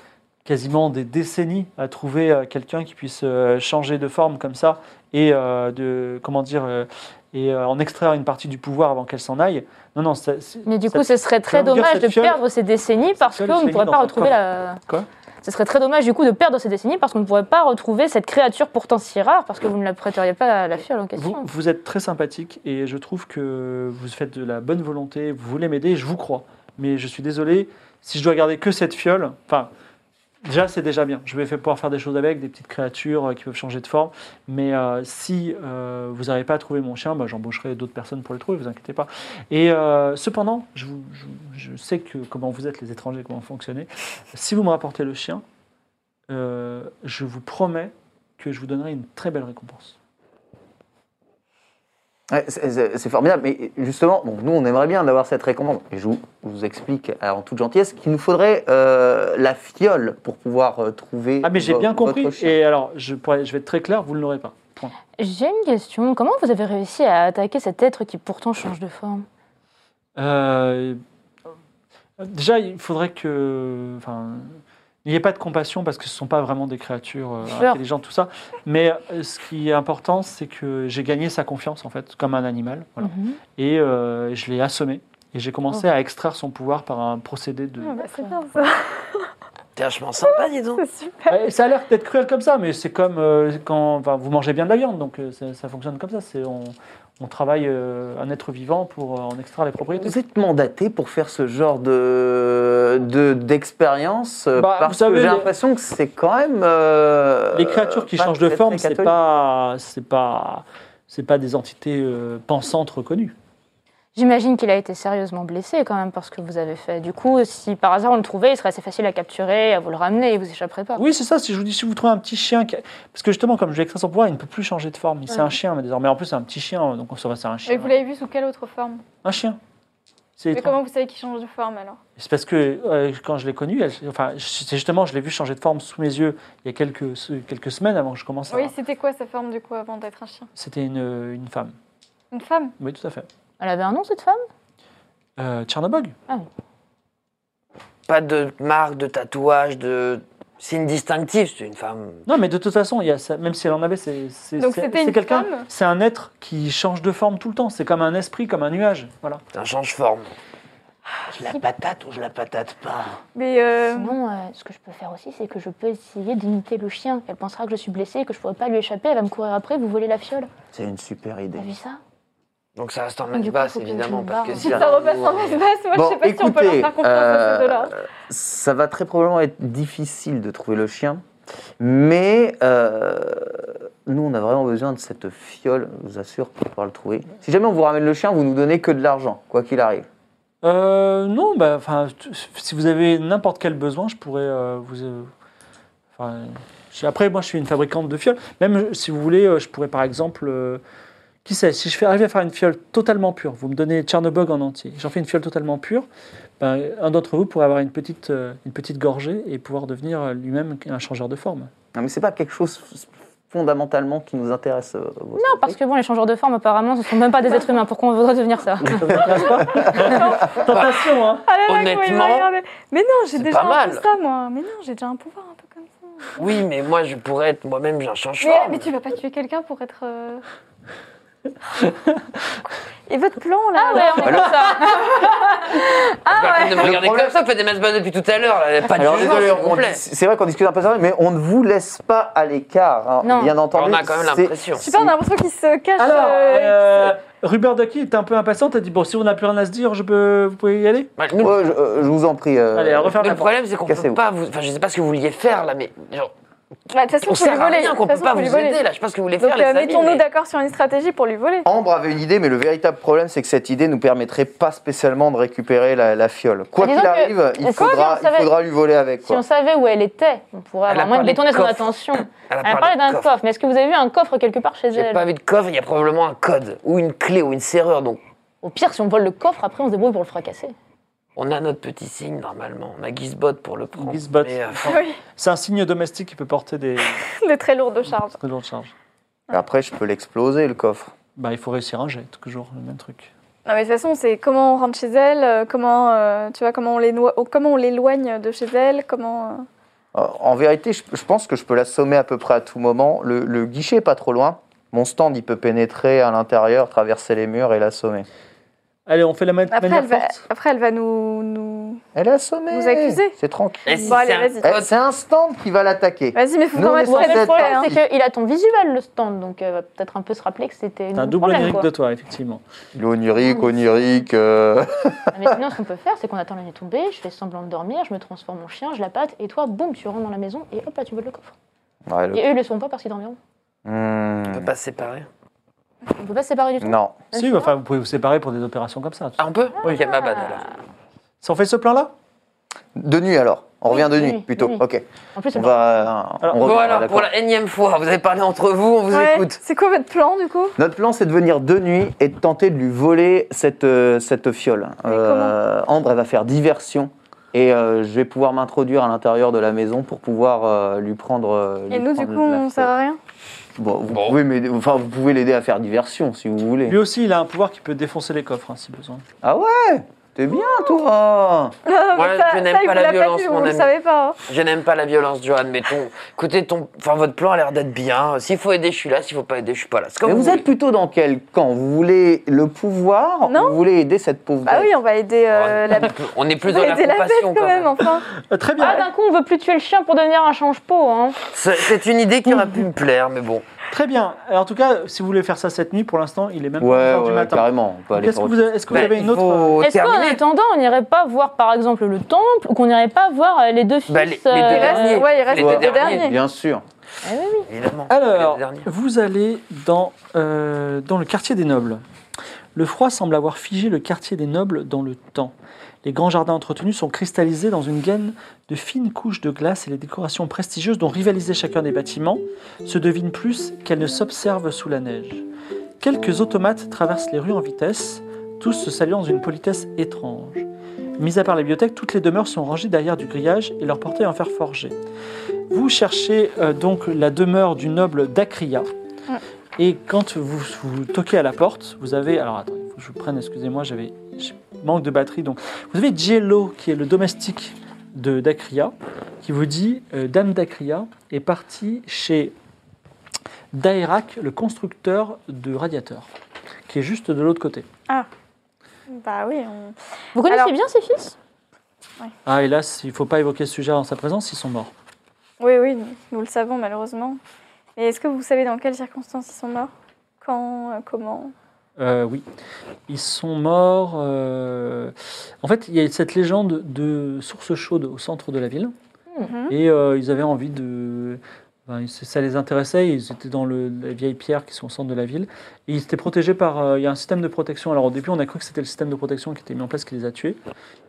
quasiment des décennies à trouver euh, quelqu'un qui puisse euh, changer de forme comme ça et euh, de, comment dire, euh, et euh, en extraire une partie du pouvoir avant qu'elle s'en aille. Non, non, ça, c'est- Mais du ça- coup, ce serait très veut dire dommage cette de fiole- perdre ces décennies parce fiole, qu'on je ne l'ai pourrait mis pas dans ton retrouver coffre. la. Quoi Ce serait très dommage du coup de perdre ces décennies parce qu'on ne pourrait pas retrouver cette créature pourtant si rare parce que vous ne la prêteriez pas à la fiole en Vous, question. vous êtes très sympathique et je trouve que vous faites de la bonne volonté, vous voulez m'aider, je vous crois. Mais je suis désolé, si je dois garder que cette fiole, enfin, déjà c'est déjà bien. Je vais faire- pouvoir faire des choses avec, des petites créatures euh, qui peuvent changer de forme. Mais euh, si euh, vous n'arrivez pas à trouver mon chien, bah, j'embaucherai d'autres personnes pour le trouver, vous inquiétez pas. Et euh, cependant, je, vous- je- je sais que comment vous êtes les étrangers, comment vous fonctionnez. Si vous me rapportez le chien, euh, je vous promets que je vous donnerai une très belle récompense. Ouais, c'est- c'est c'est formidable, mais justement, bon, nous on aimerait bien d'avoir cette récompense. Et je vous, je vous explique euh, en toute gentillesse qu'il nous faudrait euh, la fiole pour pouvoir euh, trouver. Ah mais j'ai vo- bien votre compris. chien. Et alors, je, pourrais- je vais être très clair, vous ne l'aurez pas. Point. J'ai une question. Comment vous avez réussi à attaquer cet être qui pourtant change de forme Euh, déjà, il faudrait que... Enfin, Il n'y a pas de compassion parce que ce ne sont pas vraiment des créatures euh, Sure. intelligentes, tout ça. Mais euh, ce qui est important, c'est que j'ai gagné sa confiance, en fait, comme un animal. Voilà. Mhm. Oh. Et euh, je l'ai assommé. Et j'ai commencé à extraire son pouvoir par un procédé de. Ah bah, c'est bien ça, T'es vachement sympa, dis donc. c'est super. Ouais, ça a l'air d'être cruel comme ça, mais c'est comme euh, quand enfin, vous mangez bien de la viande, donc euh, ça, ça fonctionne comme ça. C'est on, on travaille euh, un être vivant pour euh, en extraire les propriétés. Vous êtes mandaté pour faire ce genre de de- d'expérience euh, Bah, vous parce savez, que j'ai les- l'impression que c'est quand même euh, Les créatures qui pas changent de très, forme, c'est très catholique. pas c'est pas c'est pas des entités euh, pensantes reconnues. J'imagine qu'il a été sérieusement blessé quand même parce que vous avez fait. Du coup, si par hasard on le trouvait, il serait assez facile à capturer, à vous le ramener, il vous échapperait pas. Oui, c'est ça. Si je vous dis, si vous trouvez un petit chien, qui a- parce que justement, comme je lui ai extrait son pouvoir, il ne peut plus changer de forme. C'est un chien mais désormais. En plus, c'est un petit chien, donc on se va c'est un Et chien. vous l'avez vu sous quelle autre forme Un chien. C'est Mais étrange. comment vous savez qu'il change de forme alors C'est parce que euh, quand je l'ai connue, elle- enfin, c'est justement, je l'ai vue changer de forme sous mes yeux il y a quelques, ce- quelques semaines avant que je commence à. Oui, c'était quoi sa forme du coup avant d'être un chien C'était une, euh, une femme. Une femme Oui, tout à fait. Elle avait un nom cette femme Euh, Tchernobog Pas de marque, de tatouage, de signe distinctif. C'est une femme. Non, mais de toute façon, il y a ça- même si elle en avait, c'est c'est- Donc c'est- c'était c'est une quelqu'un. femme C'est un être qui change de forme tout le temps. C'est comme un esprit, comme un nuage. Voilà. C'est un change-forme. Je la patate ou je la patate pas Mais euh, Sinon, euh, ce que je peux faire aussi, c'est que je peux essayer d'imiter le chien. Elle pensera que je suis blessée et que je pourrais pas lui échapper. Elle va me courir après, vous volez la fiole. C'est une super idée. T'as vu ça Donc ça reste en Mais masse du coup, basse, faut que je évidemment. me Parce que barre. si si la- ça repasse en espace, moi je Bon, sais pas si on peut leur faire confiance à ces deux-là. euh, ça va très probablement être difficile de trouver le chien, mais euh, nous, on a vraiment besoin de cette fiole, je vous assure, pour pouvoir le trouver. Si jamais on vous ramène le chien, vous nous donnez que de l'argent, quoi qu'il arrive. Euh, non, bah, enfin, t- si vous avez n'importe quel besoin, je pourrais euh, vous. euh, enfin, je- après, moi, je suis une fabricante de fioles. Même euh, si vous voulez, euh, je pourrais, par exemple, euh, qui sait, si je fais arriver à faire une fiole totalement pure, vous me donnez Tchernobog en entier. J'en fais une fiole totalement pure. ben, un d'entre vous pourrait avoir une petite, euh, une petite gorgée et pouvoir devenir euh, lui-même un changeur de forme. Non, mais c'est pas quelque chose fondamentalement qui nous intéresse. euh, Non, parce que bon, les changeurs de forme, apparemment, ce sont même pas des êtres humains. Pourquoi on voudrait devenir ça Ça vous intéresse pas Tentation, hein Ah là là, comment il Honnêtement, m'a regardé. Mais non, j'ai c'est déjà un pas peu mal. ça moi. Mais non, j'ai déjà un pouvoir un peu comme ça. Oui, mais moi, je pourrais être moi-même un Mais, change-forme. mais tu vas pas tuer quelqu'un pour être. euh, Et votre plan Ah là là on est comme ça. Ah, C'est pas la peine de me Le regarder problème- comme ça, vous faites des masses basses depuis tout à l'heure. là. Pas de Alors, jugement, désolé, s'il vous on- plaît. c'est vrai qu'on discute un peu ça, mais on ne vous laisse pas à l'écart, hein, Non. bien entendu. On a quand même c'est- l'impression. Je sais pas, on a l'impression qu'il se cache. Alors, euh, euh, Rubber Ducky était un peu impatiente. Elle dit Bon, si on n'a plus rien à se dire, je peux, vous pouvez y aller Bah, nous, Ouais, je, euh, je vous en prie. euh, Allez, refaire le la porte. problème, c'est qu'on peut Cassez-vous. pas vous. Enfin, je sais pas ce que vous vouliez faire là, mais genre, il- Bah, De toute façon, on faut lui sert à voler. rien qu'on De toute peut façon, pas faut vous lui voler. aider là. Je sais pas ce que vous voulez Donc faire. les euh, amis, mettons-nous mais- d'accord sur une stratégie pour lui voler. Ambre avait une idée, mais le véritable problème, c'est que cette idée ne nous permettrait pas spécialement de récupérer la, la fiole. Quoi Mais qu'il disons arrive, que- il Comment faudra, on il savait- faudra lui voler avec. Si Quoi. on savait où elle était, on pourrait Elle a avoir moyen de détourner parlé de son coffre. attention. Elle Elle a a parlé parlé de d'un coffre. coffre, mais est-ce que vous avez vu un coffre quelque part chez J'ai elle pas vu de coffre, il y a probablement un code ou une clé ou une serrure. Donc, Au pire, si on vole le coffre, après on se débrouille pour le fracasser. on a notre petit signe normalement. On a Gizbot pour le Oh, prendre. Gizbot. Mais, euh, Oui, C'est un signe domestique qui peut porter des de très lourdes charges. très lourdes charges. Après, je peux l'exploser, le coffre. Bah, il faut réussir un jet, toujours le même truc. Non, mais de toute façon, c'est comment on rentre chez elle, euh, comment, euh, tu vois, comment on les noi- oh, comment on l'éloigne de chez elle, comment. euh, Euh, En vérité, je, je pense que je peux l'assommer à peu près à tout moment. Le, le guichet est pas trop loin. Mon stand, il peut pénétrer à l'intérieur, traverser les murs et l'assommer. Allez, on fait la ma- Après, manière elle va, forte. après, elle va nous. nous... Elle est assommée Vous accusez C'est tranquille. Et si hein. Bon, allez, c'est un vas-y. Eh, code, C'est un stand qui va Eh, l'attaquer. Vas-y, mais faut Nous, quand on même est être Ouais, Ouais, mais le c'est problème, pas- hein. c'est qu'il a ton visuel, le stand, donc euh, va peut-être un peu se rappeler que c'était T'as un une double problème. onirique Quoi. de toi, effectivement. Il est Ah onirique, onirique. euh, Ah, Mais sinon, ce qu'on peut faire, c'est qu'on attend la nuit tombée, je fais semblant de dormir, je me transforme en chien, je la patte, et toi, boum, tu rentres dans la maison, et hop là, tu voles le coffre. ouais, le- Et eux, ils le sont pas parce qu'ils dormiront. on peut Hmm, pas se séparer. On peut pas se séparer du tout. Non. Même Si, pas. enfin, vous pouvez vous séparer pour des opérations comme ça. Ah, on peut Oui. Ok, ma bad alors. Si on fait ce plan-là De nuit alors. On Oui, revient de de nuit, nuit, plutôt. de nuit. Ok. En plus, On on va. euh, Alors, on Bon, reviendra, alors, d'accord. pour la énième fois, vous avez parlé entre vous, on vous Ouais. écoute. C'est quoi votre plan du coup Notre plan, c'est de venir de nuit et de tenter de lui voler cette, euh, cette fiole. Euh, Mais Ambre, elle va faire diversion. Et euh, je vais pouvoir m'introduire à l'intérieur de la maison pour pouvoir euh, lui prendre. euh, lui Et nous, du prendre coup, la on fiole. sert à rien. Bon, vous Bon. pouvez m'aider- enfin, vous pouvez l'aider à faire diversion si vous voulez. Lui aussi, il a un pouvoir qui peut défoncer les coffres, hein, si besoin. Ah ouais T'es bien, toi Non, Moi, Oh, mais ça, je n'aime ça, il pas vous la l'a pas violence, dit, mon vous ne le ami. savez pas. hein. Je n'aime pas la violence, Johan, mais ton. Écoutez, ton. Enfin, votre plan a l'air d'être bien. S'il faut aider, je suis là. S'il faut pas aider, je suis pas là. C'est comme Mais vous, voulez. êtes plutôt dans quel camp Vous voulez le pouvoir Non. Vous voulez aider cette pauvre Bah bête oui, on va aider euh, la On est plus- On est plus Vous dans la aidez la bête compassion, quand même, enfin. Euh, très bien. Ah, d'un coup, on veut plus tuer le chien pour devenir un change-peau. Hein. C'est c'est une idée qui aurait pu me plaire, mais bon. Très bien. Alors, en tout cas, si vous voulez faire ça cette nuit, pour l'instant, il est même Ouais, pas 1 heure du ouais, matin. carrément. On peut Donc, aller Est-ce que faire vous, autre Bah, avez- est-ce que vous avez une autre Faut Est-ce qu'en terminer. attendant, on n'irait pas voir par exemple le temple ou qu'on n'irait pas voir euh, les deux fils Bah, les- les deux Il Euh, reste, ouais, il reste les le deux dernier. derniers. chose. Bien sûr. Ah oui, oui. Évidemment. Alors, Les derniers. vous allez dans, euh, dans le quartier des nobles. Le froid semble avoir figé le quartier des nobles dans le temps. Les grands jardins entretenus sont cristallisés dans une gaine de fines couches de glace et les décorations prestigieuses dont rivalisaient chacun des bâtiments se devinent plus qu'elles ne s'observent sous la neige. Quelques automates traversent les rues en vitesse, tous se saluant dans une politesse étrange. Mis à part la bibliothèque, toutes les demeures sont rangées derrière du grillage et leurs portails en fer forgé. Vous cherchez euh, donc la demeure du noble d'Acria. Et quand vous, vous toquez à la porte, vous avez. Alors attendez, faut que je vous prenne, excusez-moi, j'avais. j'ai- Manque de batterie. Donc, vous avez Jello, qui est le domestique de d'Acria, qui vous dit euh, Dame d'Acria est partie chez Dairac, le constructeur de radiateurs, qui est juste de l'autre côté. Bah oui, on- Vous connaissez Alors- bien ses fils Ah, hélas, il ne faut pas évoquer ce sujet en sa présence, ils sont morts. oui, oui, nous le savons malheureusement. Mais est-ce que vous savez dans quelles circonstances ils sont morts Quand euh, Comment Euh, oui. Ils sont morts. euh, En fait, il y a cette légende de source chaude au centre de la ville. Mhm. Et euh, ils avaient envie de. ben, ils- ça les intéressait. Ils étaient dans le, les vieilles pierres qui sont au centre de la ville. Et ils étaient protégés par. euh, il y a un système de protection. Alors au début, on a cru que c'était le système de protection qui était mis en place qui les a tués.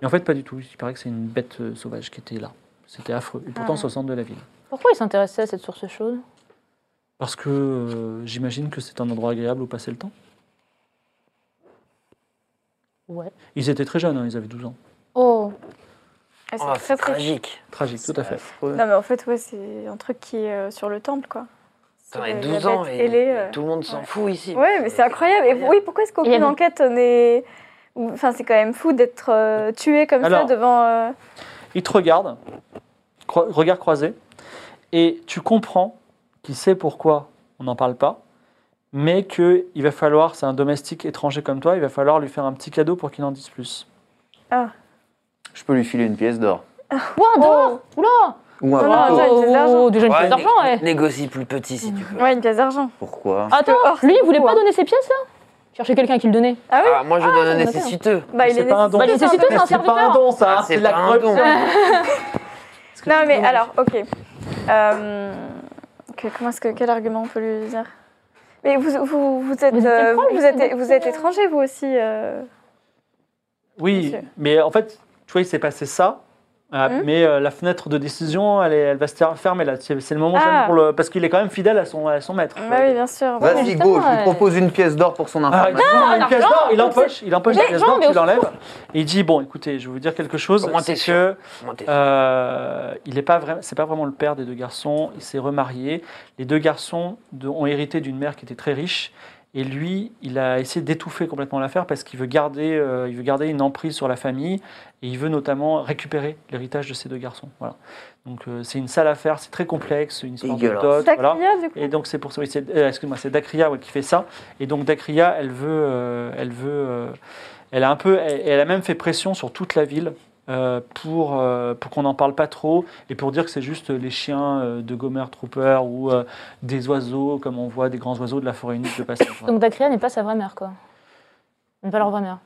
Mais en fait, pas du tout. Il paraît que c'est une bête euh, sauvage qui était là. C'était affreux. Et pourtant, Ah. c'est au centre de la ville. Pourquoi il s'intéressait à cette source chaude Parce que euh, j'imagine que c'est un endroit agréable où passer le temps. Ouais. Ils étaient très jeunes, hein, ils avaient 12 ans. Oh. Ah, C'est Oh, très C'est très tragique. Tragique, tout à fait. Non mais en fait, ouais, c'est un truc qui est euh, sur le temple quoi. T'en as C'est 12 la ans bête et, ailée, euh. tout le monde s'en ouais. fout ici. Ouais, mais c'est incroyable. Et oui, pourquoi est-ce Il y qu'aucune avait- enquête n'est ou- Enfin, c'est quand même fou d'être euh, tué comme Alors- ça devant. euh, Il te regarde, cro- regard croisé, et tu comprends qu'il sait pourquoi on n'en parle pas, mais que il va falloir, c'est un domestique étranger comme toi, il va falloir lui faire un petit cadeau pour qu'il en dise plus. Je peux lui filer une pièce d'or. Ouah, d'or Oh. Ah, Oula Ou un Non, non, bateau. attends. une pièce d'argent. Oh, Déjà une Ouais, pièce d'argent, né- ouais. Négocie plus petit si tu peux. Ouais, une pièce d'argent. Pourquoi Attends, Or, c'est lui, il voulait beaucoup, pas hein. donner ses pièces, là Chercher quelqu'un qui le donnait. Ah oui. Ah, moi, je donne un j'en ai pas. nécessiteux. Bah, il C'est est pas un don. Bah, nécessaire. il est nécessiteux, c'est un C'est pas un serviteur. don, ça, Ah, hein, c'est c'est de la pas un corruption. don. Non mais alors, ok. Euh, que- comment est-ce que quel argument on peut lui dire Mais vous, vous, vous êtes Vous êtes euh, étrange, vous c'est êtes votre vous êtes couleur. étranger vous aussi. euh. Oui, Monsieur. mais en fait, tu vois, il s'est passé ça. euh, Hmm. Mais euh, la fenêtre de décision, elle, est- elle va se faire fermer là. C'est c'est le moment Ah. jamais pour le, parce qu'il est quand même fidèle à son, à son maître. Bah oui, bien sûr. ouais. Vas-y, go, je justement, lui ouais. propose une pièce d'or pour son Ah, information. il prend une pièce d'or, il empoche, il empoche la Mais pièce non, d'or, mais tu au l'enlèves. Et il dit bon, écoutez, je vais vous dire quelque chose. Comment c'est t'es que Comment t'es- euh, il n'est pas vraiment, c'est pas vraiment le père des deux garçons. Il s'est remarié. Les deux garçons de- ont hérité d'une mère qui était très riche. Et lui, il a essayé d'étouffer complètement l'affaire parce qu'il veut garder, euh, il veut garder une emprise sur la famille et il veut notamment récupérer l'héritage de ces deux garçons. Voilà. Donc euh, c'est une sale affaire, c'est très complexe, une histoire de Dégueulasse. dot, T'as voilà. crié, du coup. Et donc c'est pour ça, oui, c'est- euh, excuse-moi, c'est Dakria ouais, qui fait ça. Et donc Dakria, elle veut, euh, elle veut, euh, elle a un peu, elle, elle a même fait pression sur toute la ville euh, pour euh, pour qu'on n'en parle pas trop et pour dire que c'est juste les chiens euh, de Gomer Trooper ou euh, des oiseaux comme on voit des grands oiseaux de la forêt unique de passage. Voilà. Donc Dacria n'est pas sa vraie mère, quoi. N'est pas leur vraie mère.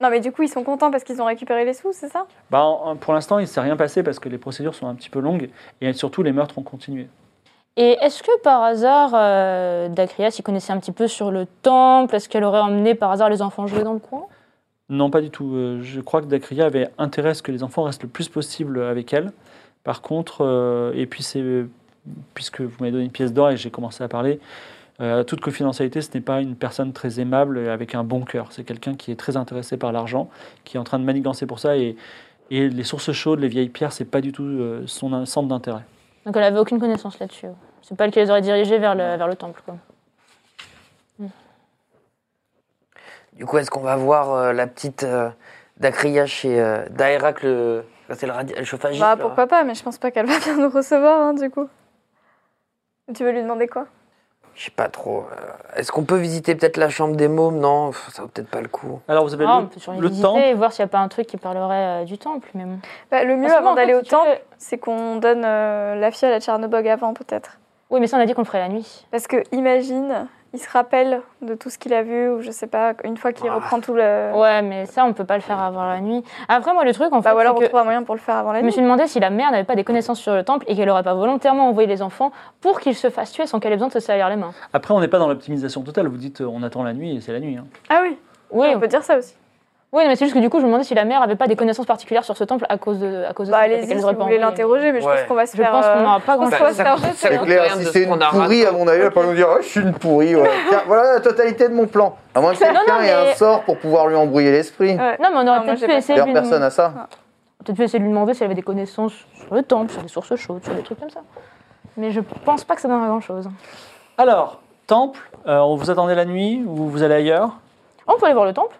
Non mais du coup ils sont contents parce qu'ils ont récupéré les sous, c'est ça Bah, en- pour l'instant, il ne s'est rien passé parce que les procédures sont un petit peu longues et surtout les meurtres ont continué. Et est-ce que par hasard, euh, Dacria s'y connaissait un petit peu sur le temple Est-ce qu'elle aurait emmené par hasard les enfants jouer dans le coin Non, pas du tout. Euh, Je crois que Dakria avait intérêt à ce que les enfants restent le plus possible avec elle. Par contre, euh, et puis c'est puisque vous m'avez donné une pièce d'or et j'ai commencé à parler, euh, à toute confidentialité, ce n'est pas une personne très aimable et avec un bon cœur. C'est quelqu'un qui est très intéressé par l'argent, qui est en train de manigancer pour ça et, et les sources chaudes, les vieilles pierres, c'est pas du tout euh, son in- centre d'intérêt. Donc elle avait aucune connaissance là-dessus. C'est pas elle qui les aurait dirigés vers le, vers le temple, quoi. Du coup, est-ce qu'on va voir euh, la petite euh, Dacria chez euh, Daerac, le, c'est le, radi- le chauffagiste Bah, là pourquoi pas, mais je pense pas qu'elle va bien nous recevoir, hein, du coup. Tu veux lui demander quoi Je sais pas trop. euh, Est-ce qu'on peut visiter peut-être la chambre des mômes Non, pff, ça vaut peut-être pas le coup. Alors vous avez Ah, Bah, on le, peut sur le visiter temple. et voir s'il n'y a pas un truc qui parlerait euh, du temple. Mais bon. Bah, Le mieux, Parce que moi, avant en fait, d'aller si au tu temple, veux- c'est qu'on donne euh, la fiole à Tchernobog avant, peut-être. Oui, mais ça, on a dit qu'on le ferait la nuit. Parce que, imagine, il se rappelle de tout ce qu'il a vu, ou je sais pas, une fois qu'il Ah. reprend tout le... Ouais, mais ça, on peut pas le faire avant la nuit. Après, moi, le truc, en fait, Bah, ou alors on c'est que trouve un moyen pour le faire avant la je me nuit. suis demandé si la mère n'avait pas des connaissances sur le temple et qu'elle aurait pas volontairement envoyé les enfants pour qu'ils se fassent tuer sans qu'elle ait besoin de se salir les mains. Après, on n'est pas dans l'optimisation totale. Vous dites, euh, on attend la nuit et c'est la nuit. hein. Ah oui, Oui, on peut dire ça aussi. oui, mais c'est juste que du coup, je me demandais si la mère avait pas des connaissances particulières sur ce temple à cause de, à cause de Bah, ça, peut-être allez-y, si qu'elle vous aurait pas voulez envoyé. l'interroger, mais je Ouais. pense qu'on va se Je faire... pense euh, qu'on n'aura pas on grand se Bah, va chose. se faire jeter. ça- C'est Rien clair, de si ce c'est qu'on une a pourrie, raconté. à mon avis, elle va nous dire Ah, Je suis une pourrie. ouais. Tiens, voilà la totalité de mon plan. À moins que Non, non, quelqu'un ait mais- un sort pour pouvoir lui embrouiller l'esprit. Ouais. Non, mais on aurait Non, moi, peut-être j'ai pu pas essayer de D'ailleurs, lui personne n'a ça. Peut-être essayer de lui demander si elle avait des connaissances sur le temple, sur des sources chaudes, sur des trucs comme ça. Mais je pense pas que ça donnera grand-chose. Alors, temple, euh, on vous attendez la nuit ou vous allez ailleurs On peut aller voir le temple,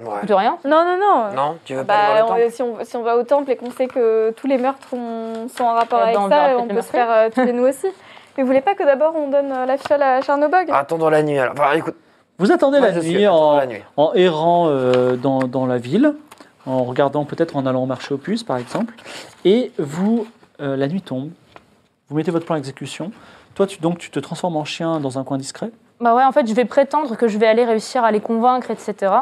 Ouais. de rien. Non, non, non. Non, tu veux pas aller Bah, voir on- le temple si, on, si on va au temple et qu'on sait que tous les meurtres ont- sont en rapport Eh avec ben, on verra ça, peut-être on les peut se meurtres. faire euh, tuer nous aussi. Mais vous voulez pas que d'abord on donne euh, la fiole à Charnobog Attendons Ah, la nuit alors. Enfin, écoute, Vous attendez moi, la, je nuit suis- attendons en, la nuit. en errant euh, dans, dans la ville, en regardant peut-être en allant au marché aux puces, par exemple. Et vous, euh, la nuit tombe, vous mettez votre plan à exécution. Toi, tu, donc, tu te transformes en chien dans un coin discret. Bah ouais, en fait, je vais prétendre que je vais aller réussir à les convaincre, etc.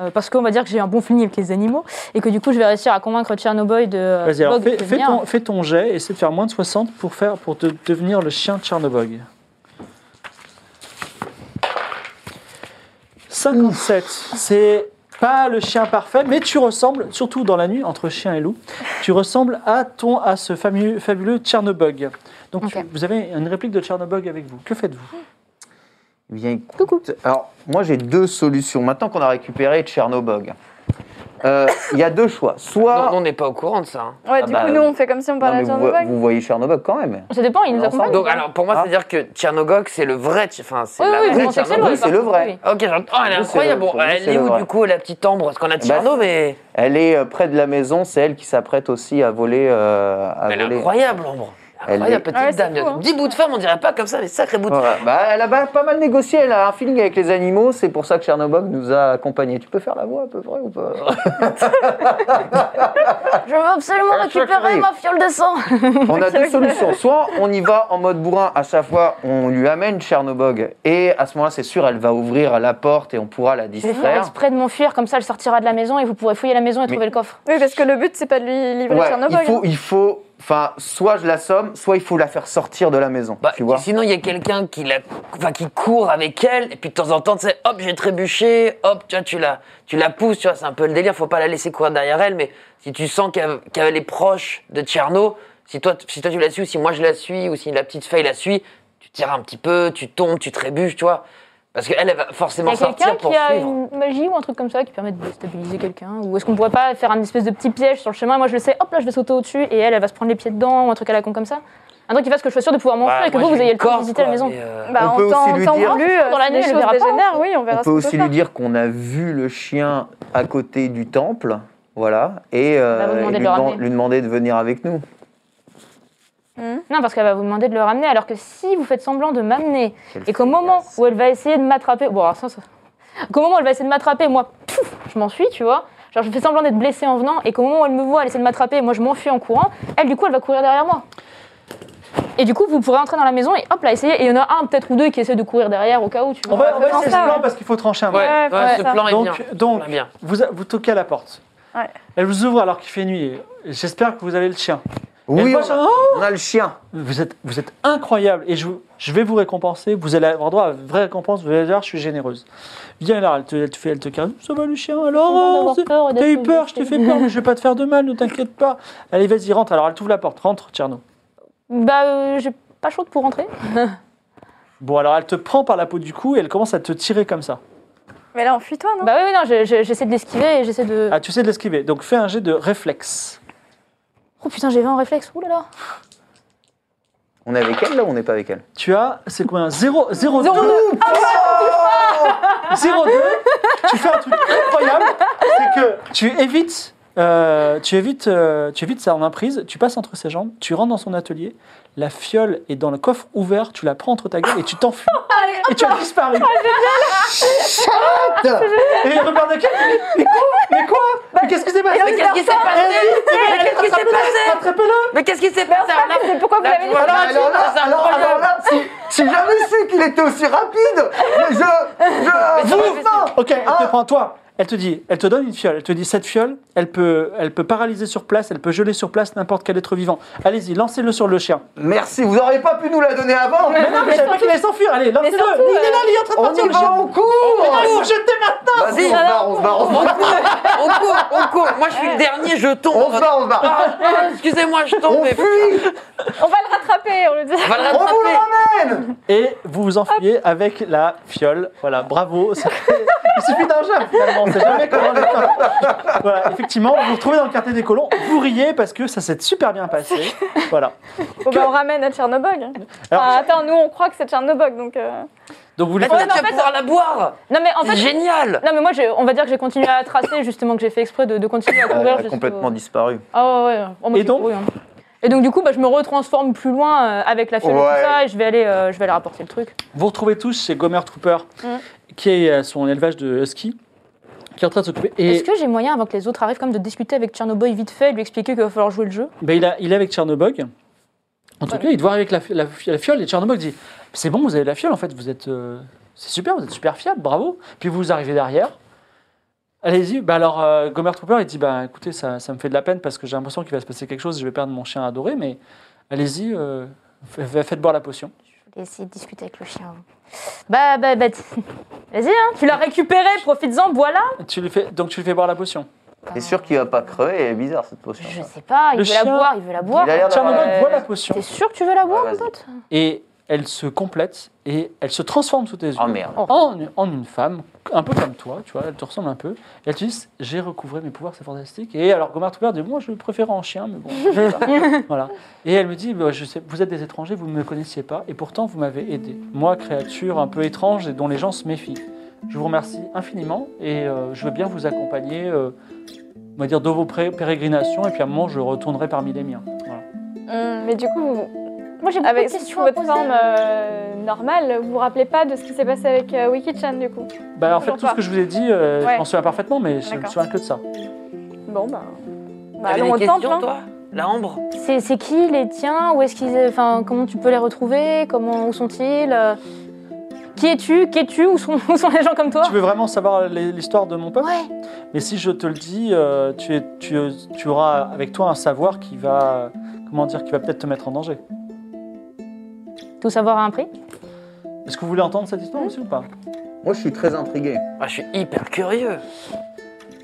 Euh, parce qu'on va dire que j'ai un bon feeling avec les animaux et que du coup, je vais réussir à convaincre Tchernobyl de. euh, Vas-y, alors Bog fais, de fais venir. ton, fais ton jet, essaie de faire moins de 60 pour, faire, pour de- devenir le chien de Tchernobog. 57, c'est pas le chien parfait, mais tu ressembles, surtout dans la nuit, entre chien et loup, tu ressembles à, ton, à ce fabuleux, fabuleux Tchernobog. Donc tu- Ok. vous avez une réplique de Tchernobog avec vous. Que faites-vous Eh Bien, écoute, Alors, moi, j'ai deux solutions. Maintenant qu'on a récupéré Tchernobog, Euh, il y a deux choix. Soit. Non, on n'est pas au courant de ça. hein. Ouais, Ah du bah, coup, nous on fait comme si on Non, parlait mais à vous, Charnobog. vous voyez Tchernobog quand même. Ça dépend, il nous Ensemble. accompagne. Donc, alors pour moi, Ah. c'est-à-dire que Tchernogog, c'est le vrai. Tch- Enfin, c'est Oui, la oui, vraie on sait que c'est Tchernogog. Tchernobog, c'est le vrai. oui. Ok, j'entends. Oh, elle est Pour nous, c'est incroyable. le- Bon, pour nous, elle c'est est le où vrai. Bah, du coup la petite ambre Parce qu'on a Tcherno, mais Elle est euh, près de la maison, c'est elle qui s'apprête aussi à voler. euh, à elle est voler. incroyable, ambre. Elle Incroyable, est- petite Ouais, c'est dame. fou, hein. Dix bouts de femme, on dirait pas comme ça, mais sacré bout de femme. Voilà. Bah, elle a ba- pas mal négocié, elle a un feeling avec les animaux, c'est pour ça que Tchernobog nous a accompagnés. Tu peux faire la voix à peu près ou pas Je veux absolument Ah, récupérer Chakri. ma fiole de sang. On a deux solutions. Soit on y va en mode bourrin, à chaque fois on lui amène Chernobog, et à ce moment-là, c'est sûr, elle va ouvrir la porte et on pourra la Je vais faire distraire. exprès de m'enfuir, comme ça, elle sortira de la maison et vous pourrez fouiller la maison et trouver le coffre. Oui, parce que le but c'est pas de lui livrer Ouais, il Charnobog. faut, il faut, enfin, soit je l'assomme, soit il faut la faire sortir de la maison. Bah, tu vois sinon, il y a quelqu'un qui, la- enfin, qui court avec elle, et puis de temps en temps, tu sais, hop, j'ai trébuché, hop, tu vois, tu la, tu la pousses, tu vois, c'est un peu le délire, faut pas la laisser courir derrière elle, mais si tu sens qu'elle qu'elle est proche de Tcherno, si toi, si toi tu la suis, ou si moi je la suis, ou si la petite feuille la suit, tu tires un petit peu, tu tombes, tu trébuches, tu vois, parce qu'elle, elle va Il y forcément a quelqu'un sortir pour qui a suivre. une magie ou un truc comme ça qui permet de déstabiliser quelqu'un Ou est-ce qu'on pourrait pas faire un espèce de petit piège sur le chemin Moi je le sais, hop là je vais sauter au-dessus et elle elle va se prendre les pieds dedans ou un truc à la con comme ça Un truc qui fasse que je sois sûre de pouvoir Bah, m'enfuir et que moi, vous j'ai vous ayez une le temps de corde, visiter la quoi, maison. mais, euh, Bah, On en peut aussi temps, lui temps dire- voulu, euh, Dans la si nuit, elle les choses verra pas, dégénèrent, hein. oui, on verra On ce peut qu'on aussi faire. lui dire qu'on a vu le chien à côté du temple, voilà, et, euh, va vous demander de et lui, le deman- ramener. lui demander de venir avec nous. Non, parce qu'elle va vous demander de le ramener, alors que si vous faites semblant de m'amener Quelle et qu'au moment feignasse. où elle va essayer de m'attraper, bon, alors ça, ça- qu'au moment où elle va essayer de m'attraper, moi, pouf, je m'enfuis, tu vois. Genre, je fais semblant d'être blessée en venant, et qu'au moment où elle me voit, elle essaie de m'attraper, et moi, je m'enfuis en courant, elle, du coup, elle va courir derrière moi. Et du coup, vous pourrez entrer dans la maison et hop là, essayer. Et il y en a un, peut-être ou deux, qui essaient de courir derrière au cas où, tu vois. On va, on va faire essayer ça, ce plan ouais. parce qu'il faut trancher un Bah, Ouais, moment. Ouais, ouais, ouais, ce ça. plan est bien. Donc, donc Plan est bien. vous, vous toquez à la porte. Ouais. Elle vous ouvre alors qu'il fait nuit. J'espère que vous avez le chien. Et elle Oui, voit on ça. a, Oh on a le chien. Vous êtes, vous êtes incroyable et je, vous- je vais vous récompenser. Vous allez avoir droit à une vraie récompense. Vous allez voir, je suis généreuse. Viens là, elle te, elle te fait, elle te calme. Ça va, le chien Avant Alors, hein, d'avoir c'est- peur et t'as d'être eu peur, je t'ai fait blessée. peur, mais je vais pas te faire de mal, ne t'inquiète pas. Allez, vas-y, rentre. Alors, elle t'ouvre la porte. Rentre, Tcherno. Bah, euh, j'ai pas chaude pour rentrer. Bon, alors, elle te prend par la peau du cou et elle commence à te tirer comme ça. Mais là, enfuis-toi, non Bah oui, oui, non, je- je- j'essaie de l'esquiver et j'essaie de. Ah, tu sais de l'esquiver. Donc, fais un jet de réflexe. Oh putain, j'ai 20 en réflexe, oulala. Là On est avec elle là ou on n'est pas avec elle Ah Tu as, c'est combien 0, 0, 2. Oh 02, tu fais un truc incroyable, c'est que tu évites, euh, tu évites, euh, tu évites sa emprise, tu passes entre ses jambes, tu rentres dans son atelier, la fiole est dans le coffre ouvert, tu la prends entre ta gueule et tu t'enfuis. et tu as disparu. Ah, et il repart de quel Mais quoi Mais quoi Mais qu'est-ce qui s'est passé Bah, Eh Mais qu'est-ce qui s'est passé Mais qu'est-ce qui s'est passé Attrapez-le Mais qu'est-ce qui s'est Bah, passé Arnaud Pourquoi vous Là, l'avez tu vois, Alors, là, alors là, c'est un alors, problème. alors là, si, si j'avais su qu'il était aussi rapide, mais je. je c'est vous- Ok, elle te prend, toi elle te dit, elle te donne une fiole, elle te dit cette fiole, elle peut, elle peut paralyser sur place, elle peut geler sur place n'importe quel être vivant. Allez-y, lancez-le sur le chien. Merci, vous auriez pas pu nous la donner avant Mais non, mais j'avais pas qu'il allait s'enfuir. Allez, lancez-le. surtout, Il est là, il est en train de On partir. y le va, chien. on court Allez, jetez maintenant. Vas-y, on se barre, on se barre, on se On barre court, on court, on court. Moi, je suis le dernier, je On tombe. se barre, on se barre Ah, Excusez-moi, je On tombe. mais- fuit On va le rattraper, on le dit. On va le On vous rattraper. le ramène Et vous vous enfuyez avec la fiole. Voilà, bravo. c'est- Il suffit d'un jeu, finalement. On sait jamais comment on le fait. Voilà, effectivement, vous vous retrouvez dans le quartier des colons. Vous riez parce que ça s'est super bien passé. Voilà. Bon, bah, on ramène à Tchernobog. Alors- Enfin, attends, nous, on croit que c'est Tchernobog, donc... euh, Donc vous voulez Mais toi, faire... tu vas pouvoir la boire. Non, mais en C'est fait. Bah, génial. Non, mais moi, j'ai- on va dire que j'ai continué à tracer, justement, que j'ai fait exprès de, de continuer à courir. jusqu'au- disparu. Ah ouais, ouais. Oh, moi, Et j'ai donc couru, hein. Et donc, du coup, bah, je me retransforme plus loin euh, avec la fiole et Ouais. tout ça, et je vais aller, euh, je vais aller rapporter le truc. Vous retrouvez tous chez Gomer Trooper, Mm. qui est à son élevage de ski, qui est en train de s'occuper. Est-ce Et que j'ai moyen, avant que les autres arrivent, comme de discuter avec Tchernobyl vite fait et lui expliquer qu'il va falloir jouer le jeu ben, il, a- il est avec Tchernobog. En tout cas, il doit arriver avec la, fi- la fi- la fiole. Et Tchernobog dit C'est bon, vous avez la fiole, en fait. Vous êtes. euh, C'est super, vous êtes super fiable, bravo. Puis vous arrivez derrière. Allez-y. Ben alors, euh, Gomer Trooper, il dit bah, Écoutez, ça, ça me fait de la peine parce que j'ai l'impression qu'il va se passer quelque chose. Je vais perdre mon chien adoré, mais allez-y, euh, fa- fa- faites boire la potion. Je vais essayer de discuter avec le chien. Bah, bah, bah. t- Vas-y, hein, tu l'as récupéré, profites-en, voilà. Tu lui fais, donc, tu lui fais boire la potion. T'es sûr qu'il va pas crever Elle est bizarre cette potion. Je sais pas, il Le veut la chien- boire, il veut la boire. Il a l'air d'avoir- Tchernobog Euh, boit la potion. T'es sûr que tu veux la boire, Ouais, mon vas-y. pote et elle se complète et elle se transforme sous tes yeux Oh merde. en, en une femme, un peu comme toi, tu vois, elle te ressemble un peu. Et elle te dit J'ai recouvré mes pouvoirs, c'est fantastique. Et alors, Gomard Trooper dit Moi, je le préfère en chien, mais bon. voilà. voilà. Et elle me dit Bah, je sais, Vous êtes des étrangers, vous ne me connaissiez pas, et pourtant, vous m'avez aidé. Moi, créature un peu étrange et dont les gens se méfient. Je vous remercie infiniment et euh, je veux bien vous accompagner, euh, on va dire, dans vos pré- pérégrinations, et puis à un moment, je retournerai parmi les miens. Voilà. hum, mais du coup, vous- Moi, j'ai beaucoup avec de questions à votre poser. forme euh, normale, vous vous rappelez pas de ce qui s'est passé avec euh, Wiki Chan, du coup Bah, en fait, Toujours tout ce pas. que je vous ai dit, euh, Ouais. je m'en souviens parfaitement, mais je me D'accord. Oh. souviens que de ça. Bon, bah... bah, T'avais allons au des temple, questions, hein. toi La Ambre C'est c'est qui les tiens Où est-ce qu'ils, enfin, comment tu peux les retrouver Comment où sont-ils Euh, Qui es-tu Qu'es-tu Où sont, où sont les gens comme toi Tu veux vraiment savoir les- l'histoire de mon peuple Ouais. Mais si je te le dis, euh, tu, es- tu, tu auras avec toi un savoir qui va, euh, comment dire, qui va peut-être te mettre en danger. Tout savoir à un prix. Est-ce que vous voulez entendre cette Mmh. histoire aussi ou pas Moi, je suis très intrigué. Moi, Je suis hyper curieux.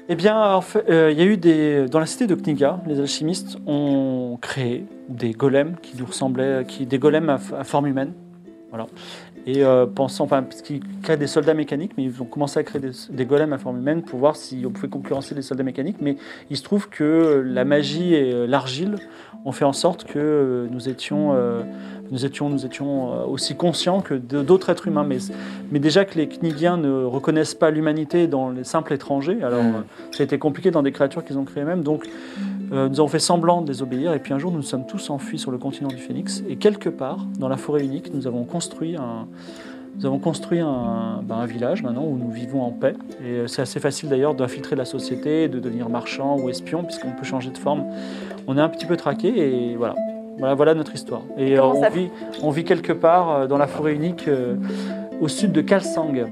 Eh bien, en fait, euh, il y a eu des. Dans la cité de Kniga, les alchimistes ont créé des golems qui nous ressemblaient, qui, des golems à, f- à forme humaine. Voilà. Et euh, pensant, enfin, parce qu'ils créent des soldats mécaniques, mais ils ont commencé à créer des, des golems à forme humaine pour voir si on pouvait concurrencer les soldats mécaniques. Mais il se trouve que euh, la magie et euh, l'argile ont fait en sorte que euh, nous étions, euh, nous étions, nous étions euh, aussi conscients que de- d'autres êtres humains. Mais, mais déjà que les Knigiens ne reconnaissent pas l'humanité dans les simples étrangers, alors Mm. euh, ça a été compliqué dans des créatures qu'ils ont créées eux-mêmes. Donc, euh, nous avons fait semblant de les obéir, et puis un jour, nous nous sommes tous enfuis sur le continent du Phénix, et quelque part, dans la forêt unique, nous avons construit un. Nous avons construit un, ben, un village maintenant où nous vivons en paix. Et euh, c'est assez facile d'ailleurs d'infiltrer la société, de devenir marchand ou espion, puisqu'on peut changer de forme. On est un petit peu traqué et voilà. Voilà, voilà notre histoire. Et euh, Comment on, ça- vit, on vit quelque part euh, dans la forêt unique euh, au sud de Kalsang.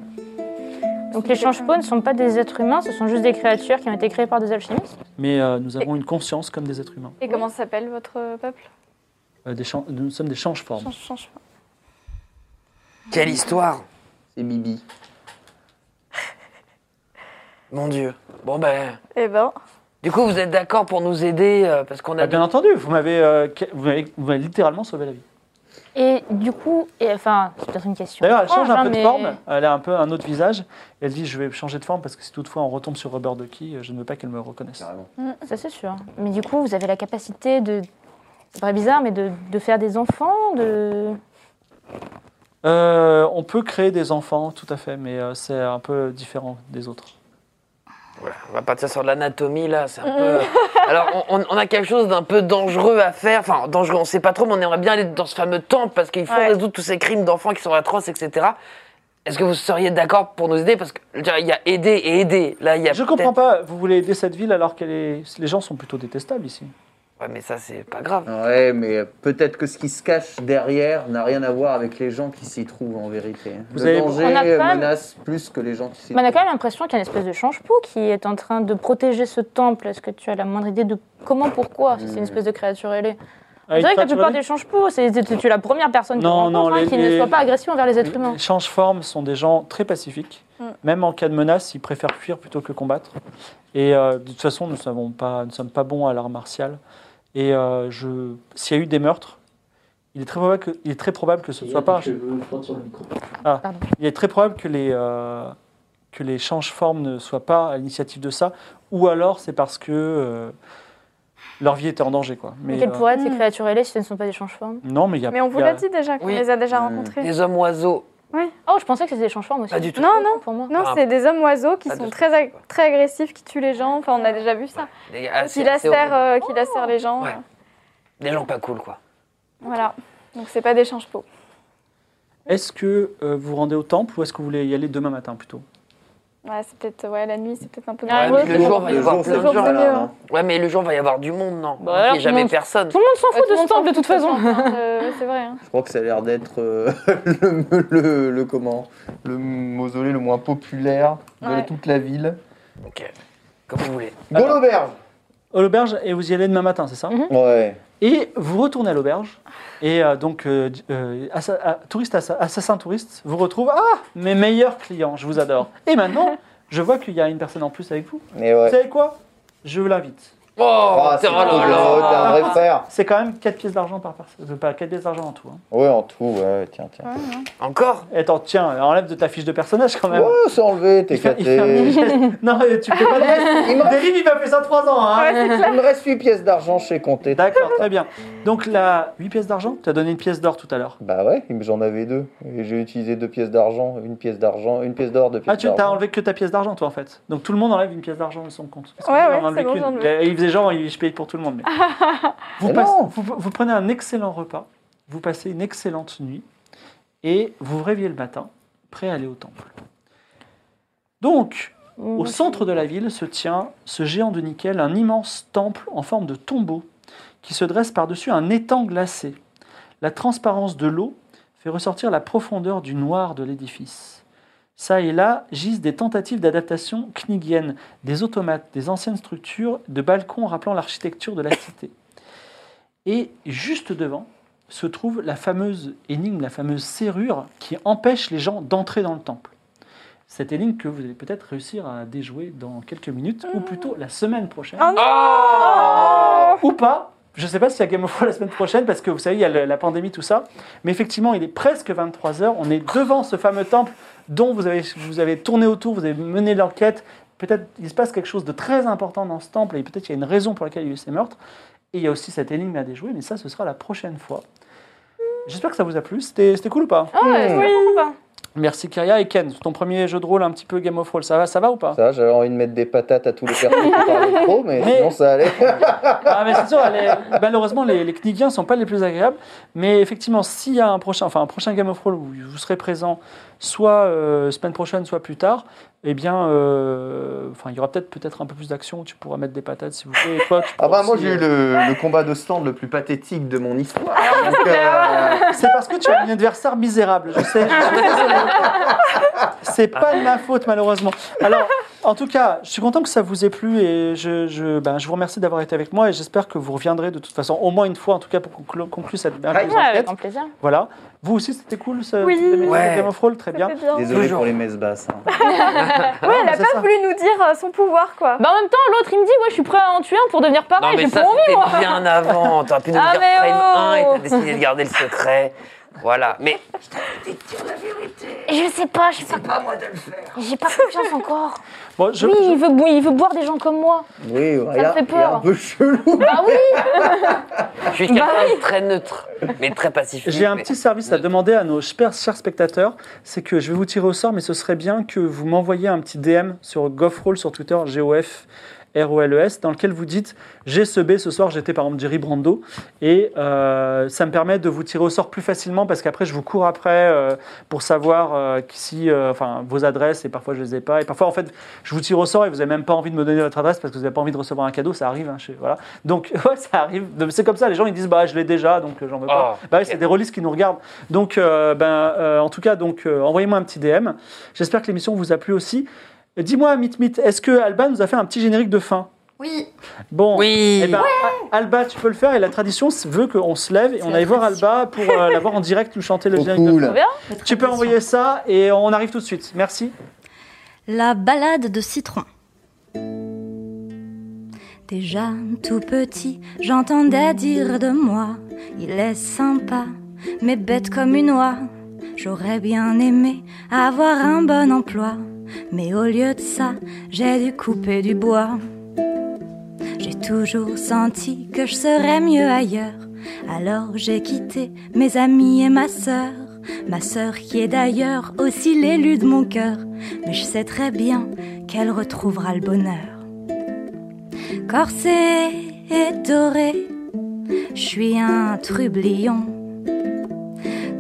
Donc les change-pots ne sont pas des êtres humains, ce sont juste des créatures qui ont été créées par des alchimistes. Mais euh, nous avons une conscience comme des êtres humains. Et comment s'appelle votre euh, peuple Euh, des chan- nous sommes des change-formes. Change, change. Quelle histoire C'est Bibi. Mon Dieu. Bon, ben. Eh ben, Du coup, vous êtes d'accord pour nous aider euh, Parce qu'on Ah, a. bien entendu, vous m'avez euh, que- vous m'avez- vous m'avez littéralement sauvé la vie. Et du coup, et, enfin, c'est peut-être une question. D'ailleurs, elle change étrange, un hein, peu de mais- forme. Elle a un peu un autre visage. Elle dit Je vais changer de forme parce que si toutefois on retombe sur Robert Ducky, euh, je ne veux pas qu'elle me reconnaisse. Carrément. Mm. Ça c'est sûr. Mais du coup, vous avez la capacité de, c'est vrai bizarre, mais de, de faire des enfants, de. Euh, on peut créer des enfants, tout à fait, mais euh, c'est un peu différent des autres. Voilà, on va partir sur de l'anatomie là, c'est un Mm. peu. euh, Alors on, on- on a quelque chose d'un peu dangereux à faire, enfin dangereux, on sait pas trop, mais on aimerait bien aller dans ce fameux temple parce qu'il faut Ouais. résoudre tous ces crimes d'enfants qui sont atroces, etc. Est-ce que vous seriez d'accord pour nous aider Parce que je veux dire, il y a aider et aider. Là, il y a Je comprends peut-être- pas, vous voulez aider cette ville alors que les gens sont plutôt détestables ici. Ouais, mais ça c'est pas grave. Ouais, mais peut-être que ce qui se cache derrière n'a rien à voir avec les gens qui s'y trouvent en vérité. Vous le avez- danger On a quand même- menace plus que les gens qui s'y Mais on a trouvent. quand même l'impression qu'il y a une espèce de change-pou qui est en train de protéger ce temple. Est-ce que tu as la moindre idée de comment, pourquoi Si c'est une espèce de créature ailée. Ah, C'est vrai il que la crache, plupart oui. des change-pou, c'est tu tu es la première personne que Non, tu non, rencontres hein, les- qui les- ne soit pas agressive envers les êtres humains. Les change-formes sont des gens très pacifiques. Mm. Même en cas de menace, ils préfèrent fuir plutôt que combattre. Et euh, de toute façon, nous savons pas, nous sommes pas bons à l'art martial. Et euh, je, s'il y a eu des meurtres, il est très probable que, il est très probable que ce ne soit pas. Ah, Pardon. il est très probable que les euh, que les change-formes ne soient pas à l'initiative de ça, ou alors c'est parce que euh, leur vie était en danger, quoi. Mais Mais quelles euh, pourraient être ces hmm. créatures ailées si ce ne sont pas des change-formes non, mais il y a. Mais on vous il y a- l'a dit déjà, qu'on Oui. Euh, les a déjà Hmm. rencontrés. Des hommes oiseaux. Oh, je pensais que c'était des change-formes aussi. Pas du tout. Non, non. Pour moi. Non, Ah. c'est des hommes oiseaux qui Ah, sont des- très, ag- très agressifs, qui tuent les gens. Enfin, on a déjà vu ça. Des, ah, Qui c'est- c'est lacèrent, horrible. euh, qui lacèrent les gens. Ouais. Des gens pas cool quoi. Voilà. Donc, c'est pas des change-pots. Est-ce que euh, vous vous rendez au temple ou est-ce que vous voulez y aller demain matin plutôt Ouais, c'est peut-être. Ouais, la nuit, c'est peut-être un peu. Ah, Ouais, dangereux. mais le jour va y Le avoir jour, plein c'est de le gens. jour, Voilà. alors, hein. Ouais, mais le jour va y avoir du monde, non Bah, alors, Il n'y a jamais non. personne. Tout le monde s'en fout Ouais, de tout le ce monde s'en temple de toute façon. fout, euh, C'est vrai. hein. Je crois que ça a l'air d'être euh, le, le- le comment Le mausolée le moins populaire de Ouais. toute la ville. Ok, comme vous voulez. Bon, l'auberge À l'auberge et vous y allez demain matin, c'est ça Mhm. Ouais. Et vous retournez à l'auberge et euh, donc euh, euh, assa- ah, touriste assa- assassin touriste vous retrouve ah mes meilleurs clients, je vous adore. Et maintenant, je vois qu'il y a une personne en plus avec vous. Mais Vous ouais. savez quoi Je l'invite. Oh, Ah, c'est oh là trop là. drôle, t'es un vrai Ah. frère. C'est quand même 4 pièces d'argent par personne, euh, pas 4 pièces d'argent en tout. hein. Ouais, en tout, ouais, tiens, tiens. Encore Attends, tiens, enlève de ta fiche de personnage quand même. Ouais, c'est enlevé, t'es Il fait- il fait un caté. petit geste. non, mais tu peux pas. Il me reste- Dérive, il m'a fait ça 3 ans. Hein. Il me reste 8 pièces d'argent chez Comté. D'accord, très bien. Donc là, 8 pièces d'argent Tu as donné une pièce d'or tout à l'heure. Bah ouais, il me- j'en avais deux. Et j'ai utilisé deux pièces d'argent, une pièce d'argent, une pièce d'or, deux pièces Ah, tu t'as d'argent. enlevé que ta pièce d'argent, toi, en fait. Donc tout le monde enlève une pièce d'argent de son compte. Parce que Ouais, lui, il ouais, en a enlevé c'est bon, qu'une. j'en ai. Il faisait genre, il- je paye pour tout le monde. mais- vous, Mais passe- non. vous- vous prenez un excellent repas, vous passez une excellente nuit, et vous vous réveillez le matin, prêt à aller au temple. Donc, au centre de la ville se tient ce géant de nickel, un immense temple en forme de tombeau qui se dresse par-dessus un étang glacé. La transparence de l'eau fait ressortir la profondeur du noir de l'édifice. Ça et là gisent des tentatives d'adaptation knigienne, des automates, des anciennes structures de balcons rappelant l'architecture de la cité. Et juste devant se trouve la fameuse énigme, la fameuse serrure qui empêche les gens d'entrer dans le temple. Cette énigme que vous allez peut-être réussir à déjouer dans quelques minutes, ou plutôt la semaine prochaine, Oh non Oh ou pas. Je ne sais pas s'il y a Game of Thrones la semaine prochaine, parce que vous savez, il y a le- la pandémie, tout ça. Mais effectivement, il est presque 23h. On est devant ce fameux temple dont vous avez, vous avez tourné autour, vous avez mené l'enquête. Peut-être il se passe quelque chose de très important dans ce temple, et peut-être il y a une raison pour laquelle il y a eu ces meurtres. Et il y a aussi cette énigme à déjouer, mais ça, ce sera la prochaine fois. J'espère que ça vous a plu. C'était c'était cool ou pas Ah Hmm. ouais, c'est vraiment sympa. Merci Kyria et Ken. Ton premier jeu de rôle un petit peu Game of Thrones, ça va, ça va ou pas Ça, j'avais envie de mettre des patates à tous les personnes qui parlaient trop, mais Mais- sinon ça allait. Ah, mais c'est sûr, les- malheureusement, les, les Knigiens ne sont pas les plus agréables. Mais effectivement, s'il y a un prochain, enfin, un prochain Game of Thrones où vous serez présent, soit euh, semaine prochaine, soit plus tard, eh bien, euh, enfin, il y aura peut-être peut-être un peu plus d'action. Tu pourras mettre des patates si vous voulez. Et toi, tu Ah pourras bah moi aussi, j'ai eu euh, le, le combat de stand le plus pathétique de mon histoire. Ah, Donc, euh, C'est parce que tu as un adversaire misérable. Je sais. je suis désolé. C'est pas de ma faute malheureusement. Alors, en tout cas, je suis content que ça vous ait plu et je, je, ben, je vous remercie d'avoir été avec moi et j'espère que vous reviendrez de toute façon au moins une fois en tout cas pour conclure, conclure cette merveilleuse Ouais, avec enquête. grand plaisir. Voilà. Vous aussi, c'était cool ce Oui. cette émission de Ouais. Game of Thrones, très bien. C'était bien. euh, Désolé Toujours. pour les messes basses. hein. Ouais, elle a c'est pas ça. voulu nous dire euh, son pouvoir, quoi. Bah en même temps, l'autre il me dit Ouais, je suis prêt à en tuer un pour devenir Non, pareil, mais Ah j'ai ça, pas envie moi. c'était bien avant. T'aurais pu nous Ah, dire mais frame oh. 1 et t'as décidé de garder le secret. Voilà. Mais Dites-dire la vérité. Je sais pas, je sais pas, Pas moi de le faire. j'ai pas confiance encore. Bon, je- oui, je- Il, veut, boi- il veut boire des gens comme moi. Oui, regarde, fait il est un peur. peu chelou. Bah oui Bah je suis quelqu'un de très neutre, mais très pacifique. j'ai un mais- petit service à demander à nos chers, chers spectateurs, c'est que je vais vous tirer au sort, mais ce serait bien que vous m'envoyiez un petit DM sur GoffRoll sur Twitter, GOF. R-O-L-E-S, E dans lequel vous dites j'ai ce B ce soir, j'étais par exemple Jerry Brando, et euh, ça me permet de vous tirer au sort plus facilement parce qu'après je vous cours après euh, pour savoir euh, si, euh, enfin, vos adresses, et parfois je les ai pas, et parfois en fait je vous tire au sort et vous n'avez même pas envie de me donner votre adresse parce que vous n'avez pas envie de recevoir un cadeau, ça arrive, hein, chez- voilà. Donc ouais, ça arrive, Donc, c'est comme ça, les gens ils disent bah je l'ai déjà donc euh, j'en veux pas. Ah, bah oui, ok. c'est des releases qui nous regardent. Donc euh, ben, euh, en tout cas, donc euh, envoyez-moi un petit DM. J'espère que l'émission vous a plu aussi. Dis-moi, Mit Mit, est-ce que Alba nous a fait un petit générique de fin Oui, Bon, Oui. eh ben, A- Alba, tu peux le faire et la tradition veut qu'on se lève et on aille voir Alba pour euh, la voir en direct nous chanter le Trop générique. de cool. fin. Trop bien. notre Tu peux tradition. envoyer ça et on arrive tout de suite. Merci. La balade de Citron. Déjà tout petit, j'entendais dire de moi, il est sympa, mais bête comme une oie. J'aurais bien aimé avoir un bon emploi, mais au lieu de ça, j'ai dû couper du bois. J'ai toujours senti que je serais mieux ailleurs. Alors j'ai quitté mes amis et ma sœur. Ma sœur qui est d'ailleurs aussi l'élu de mon cœur. Mais je sais très bien qu'elle retrouvera le bonheur. Corsé et doré, je suis un trublion.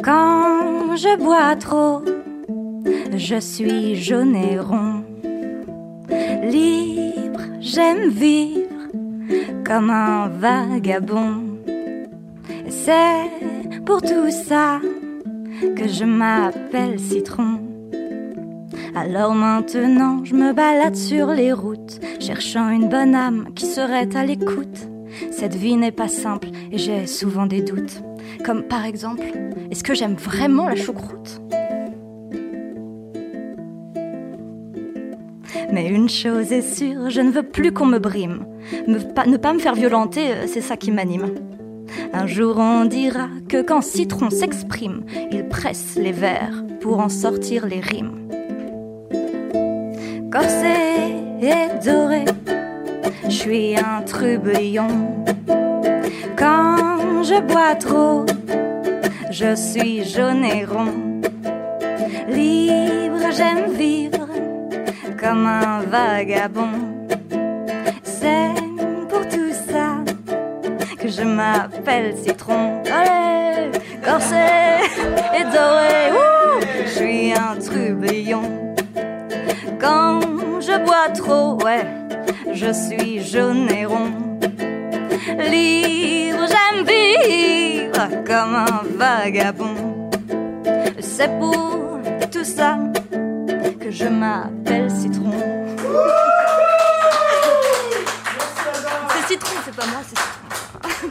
Quand je bois trop, je suis jaune et rond. Libre, j'aime vivre comme un vagabond. Et C'est pour tout ça que je m'appelle Citron. Alors maintenant, je me balade sur les routes, cherchant une bonne âme qui serait à l'écoute. Cette vie n'est pas simple et j'ai souvent des doutes. Comme par exemple, est-ce que j'aime vraiment la choucroute Mais une chose est sûre, je ne veux plus qu'on me brime. Me- pas- ne pas me faire violenter, euh, c'est ça qui m'anime. Un jour on dira que quand Citron s'exprime, il presse les vers pour en sortir les rimes. Corsé et doré, je suis un trublion. Quand je bois trop, je suis jaune et rond. Libre, j'aime vivre comme un vagabond. C'est pour tout ça que je m'appelle Citron. Allez, corsé et doré, Ouh, je suis un trublion. Quand je bois trop, ouais, je suis jaune et rond. Libre, j'aime vivre comme un vagabond. C'est pour tout ça que je m'appelle Citron. C'est citron, c'est pas moi, c'est citron.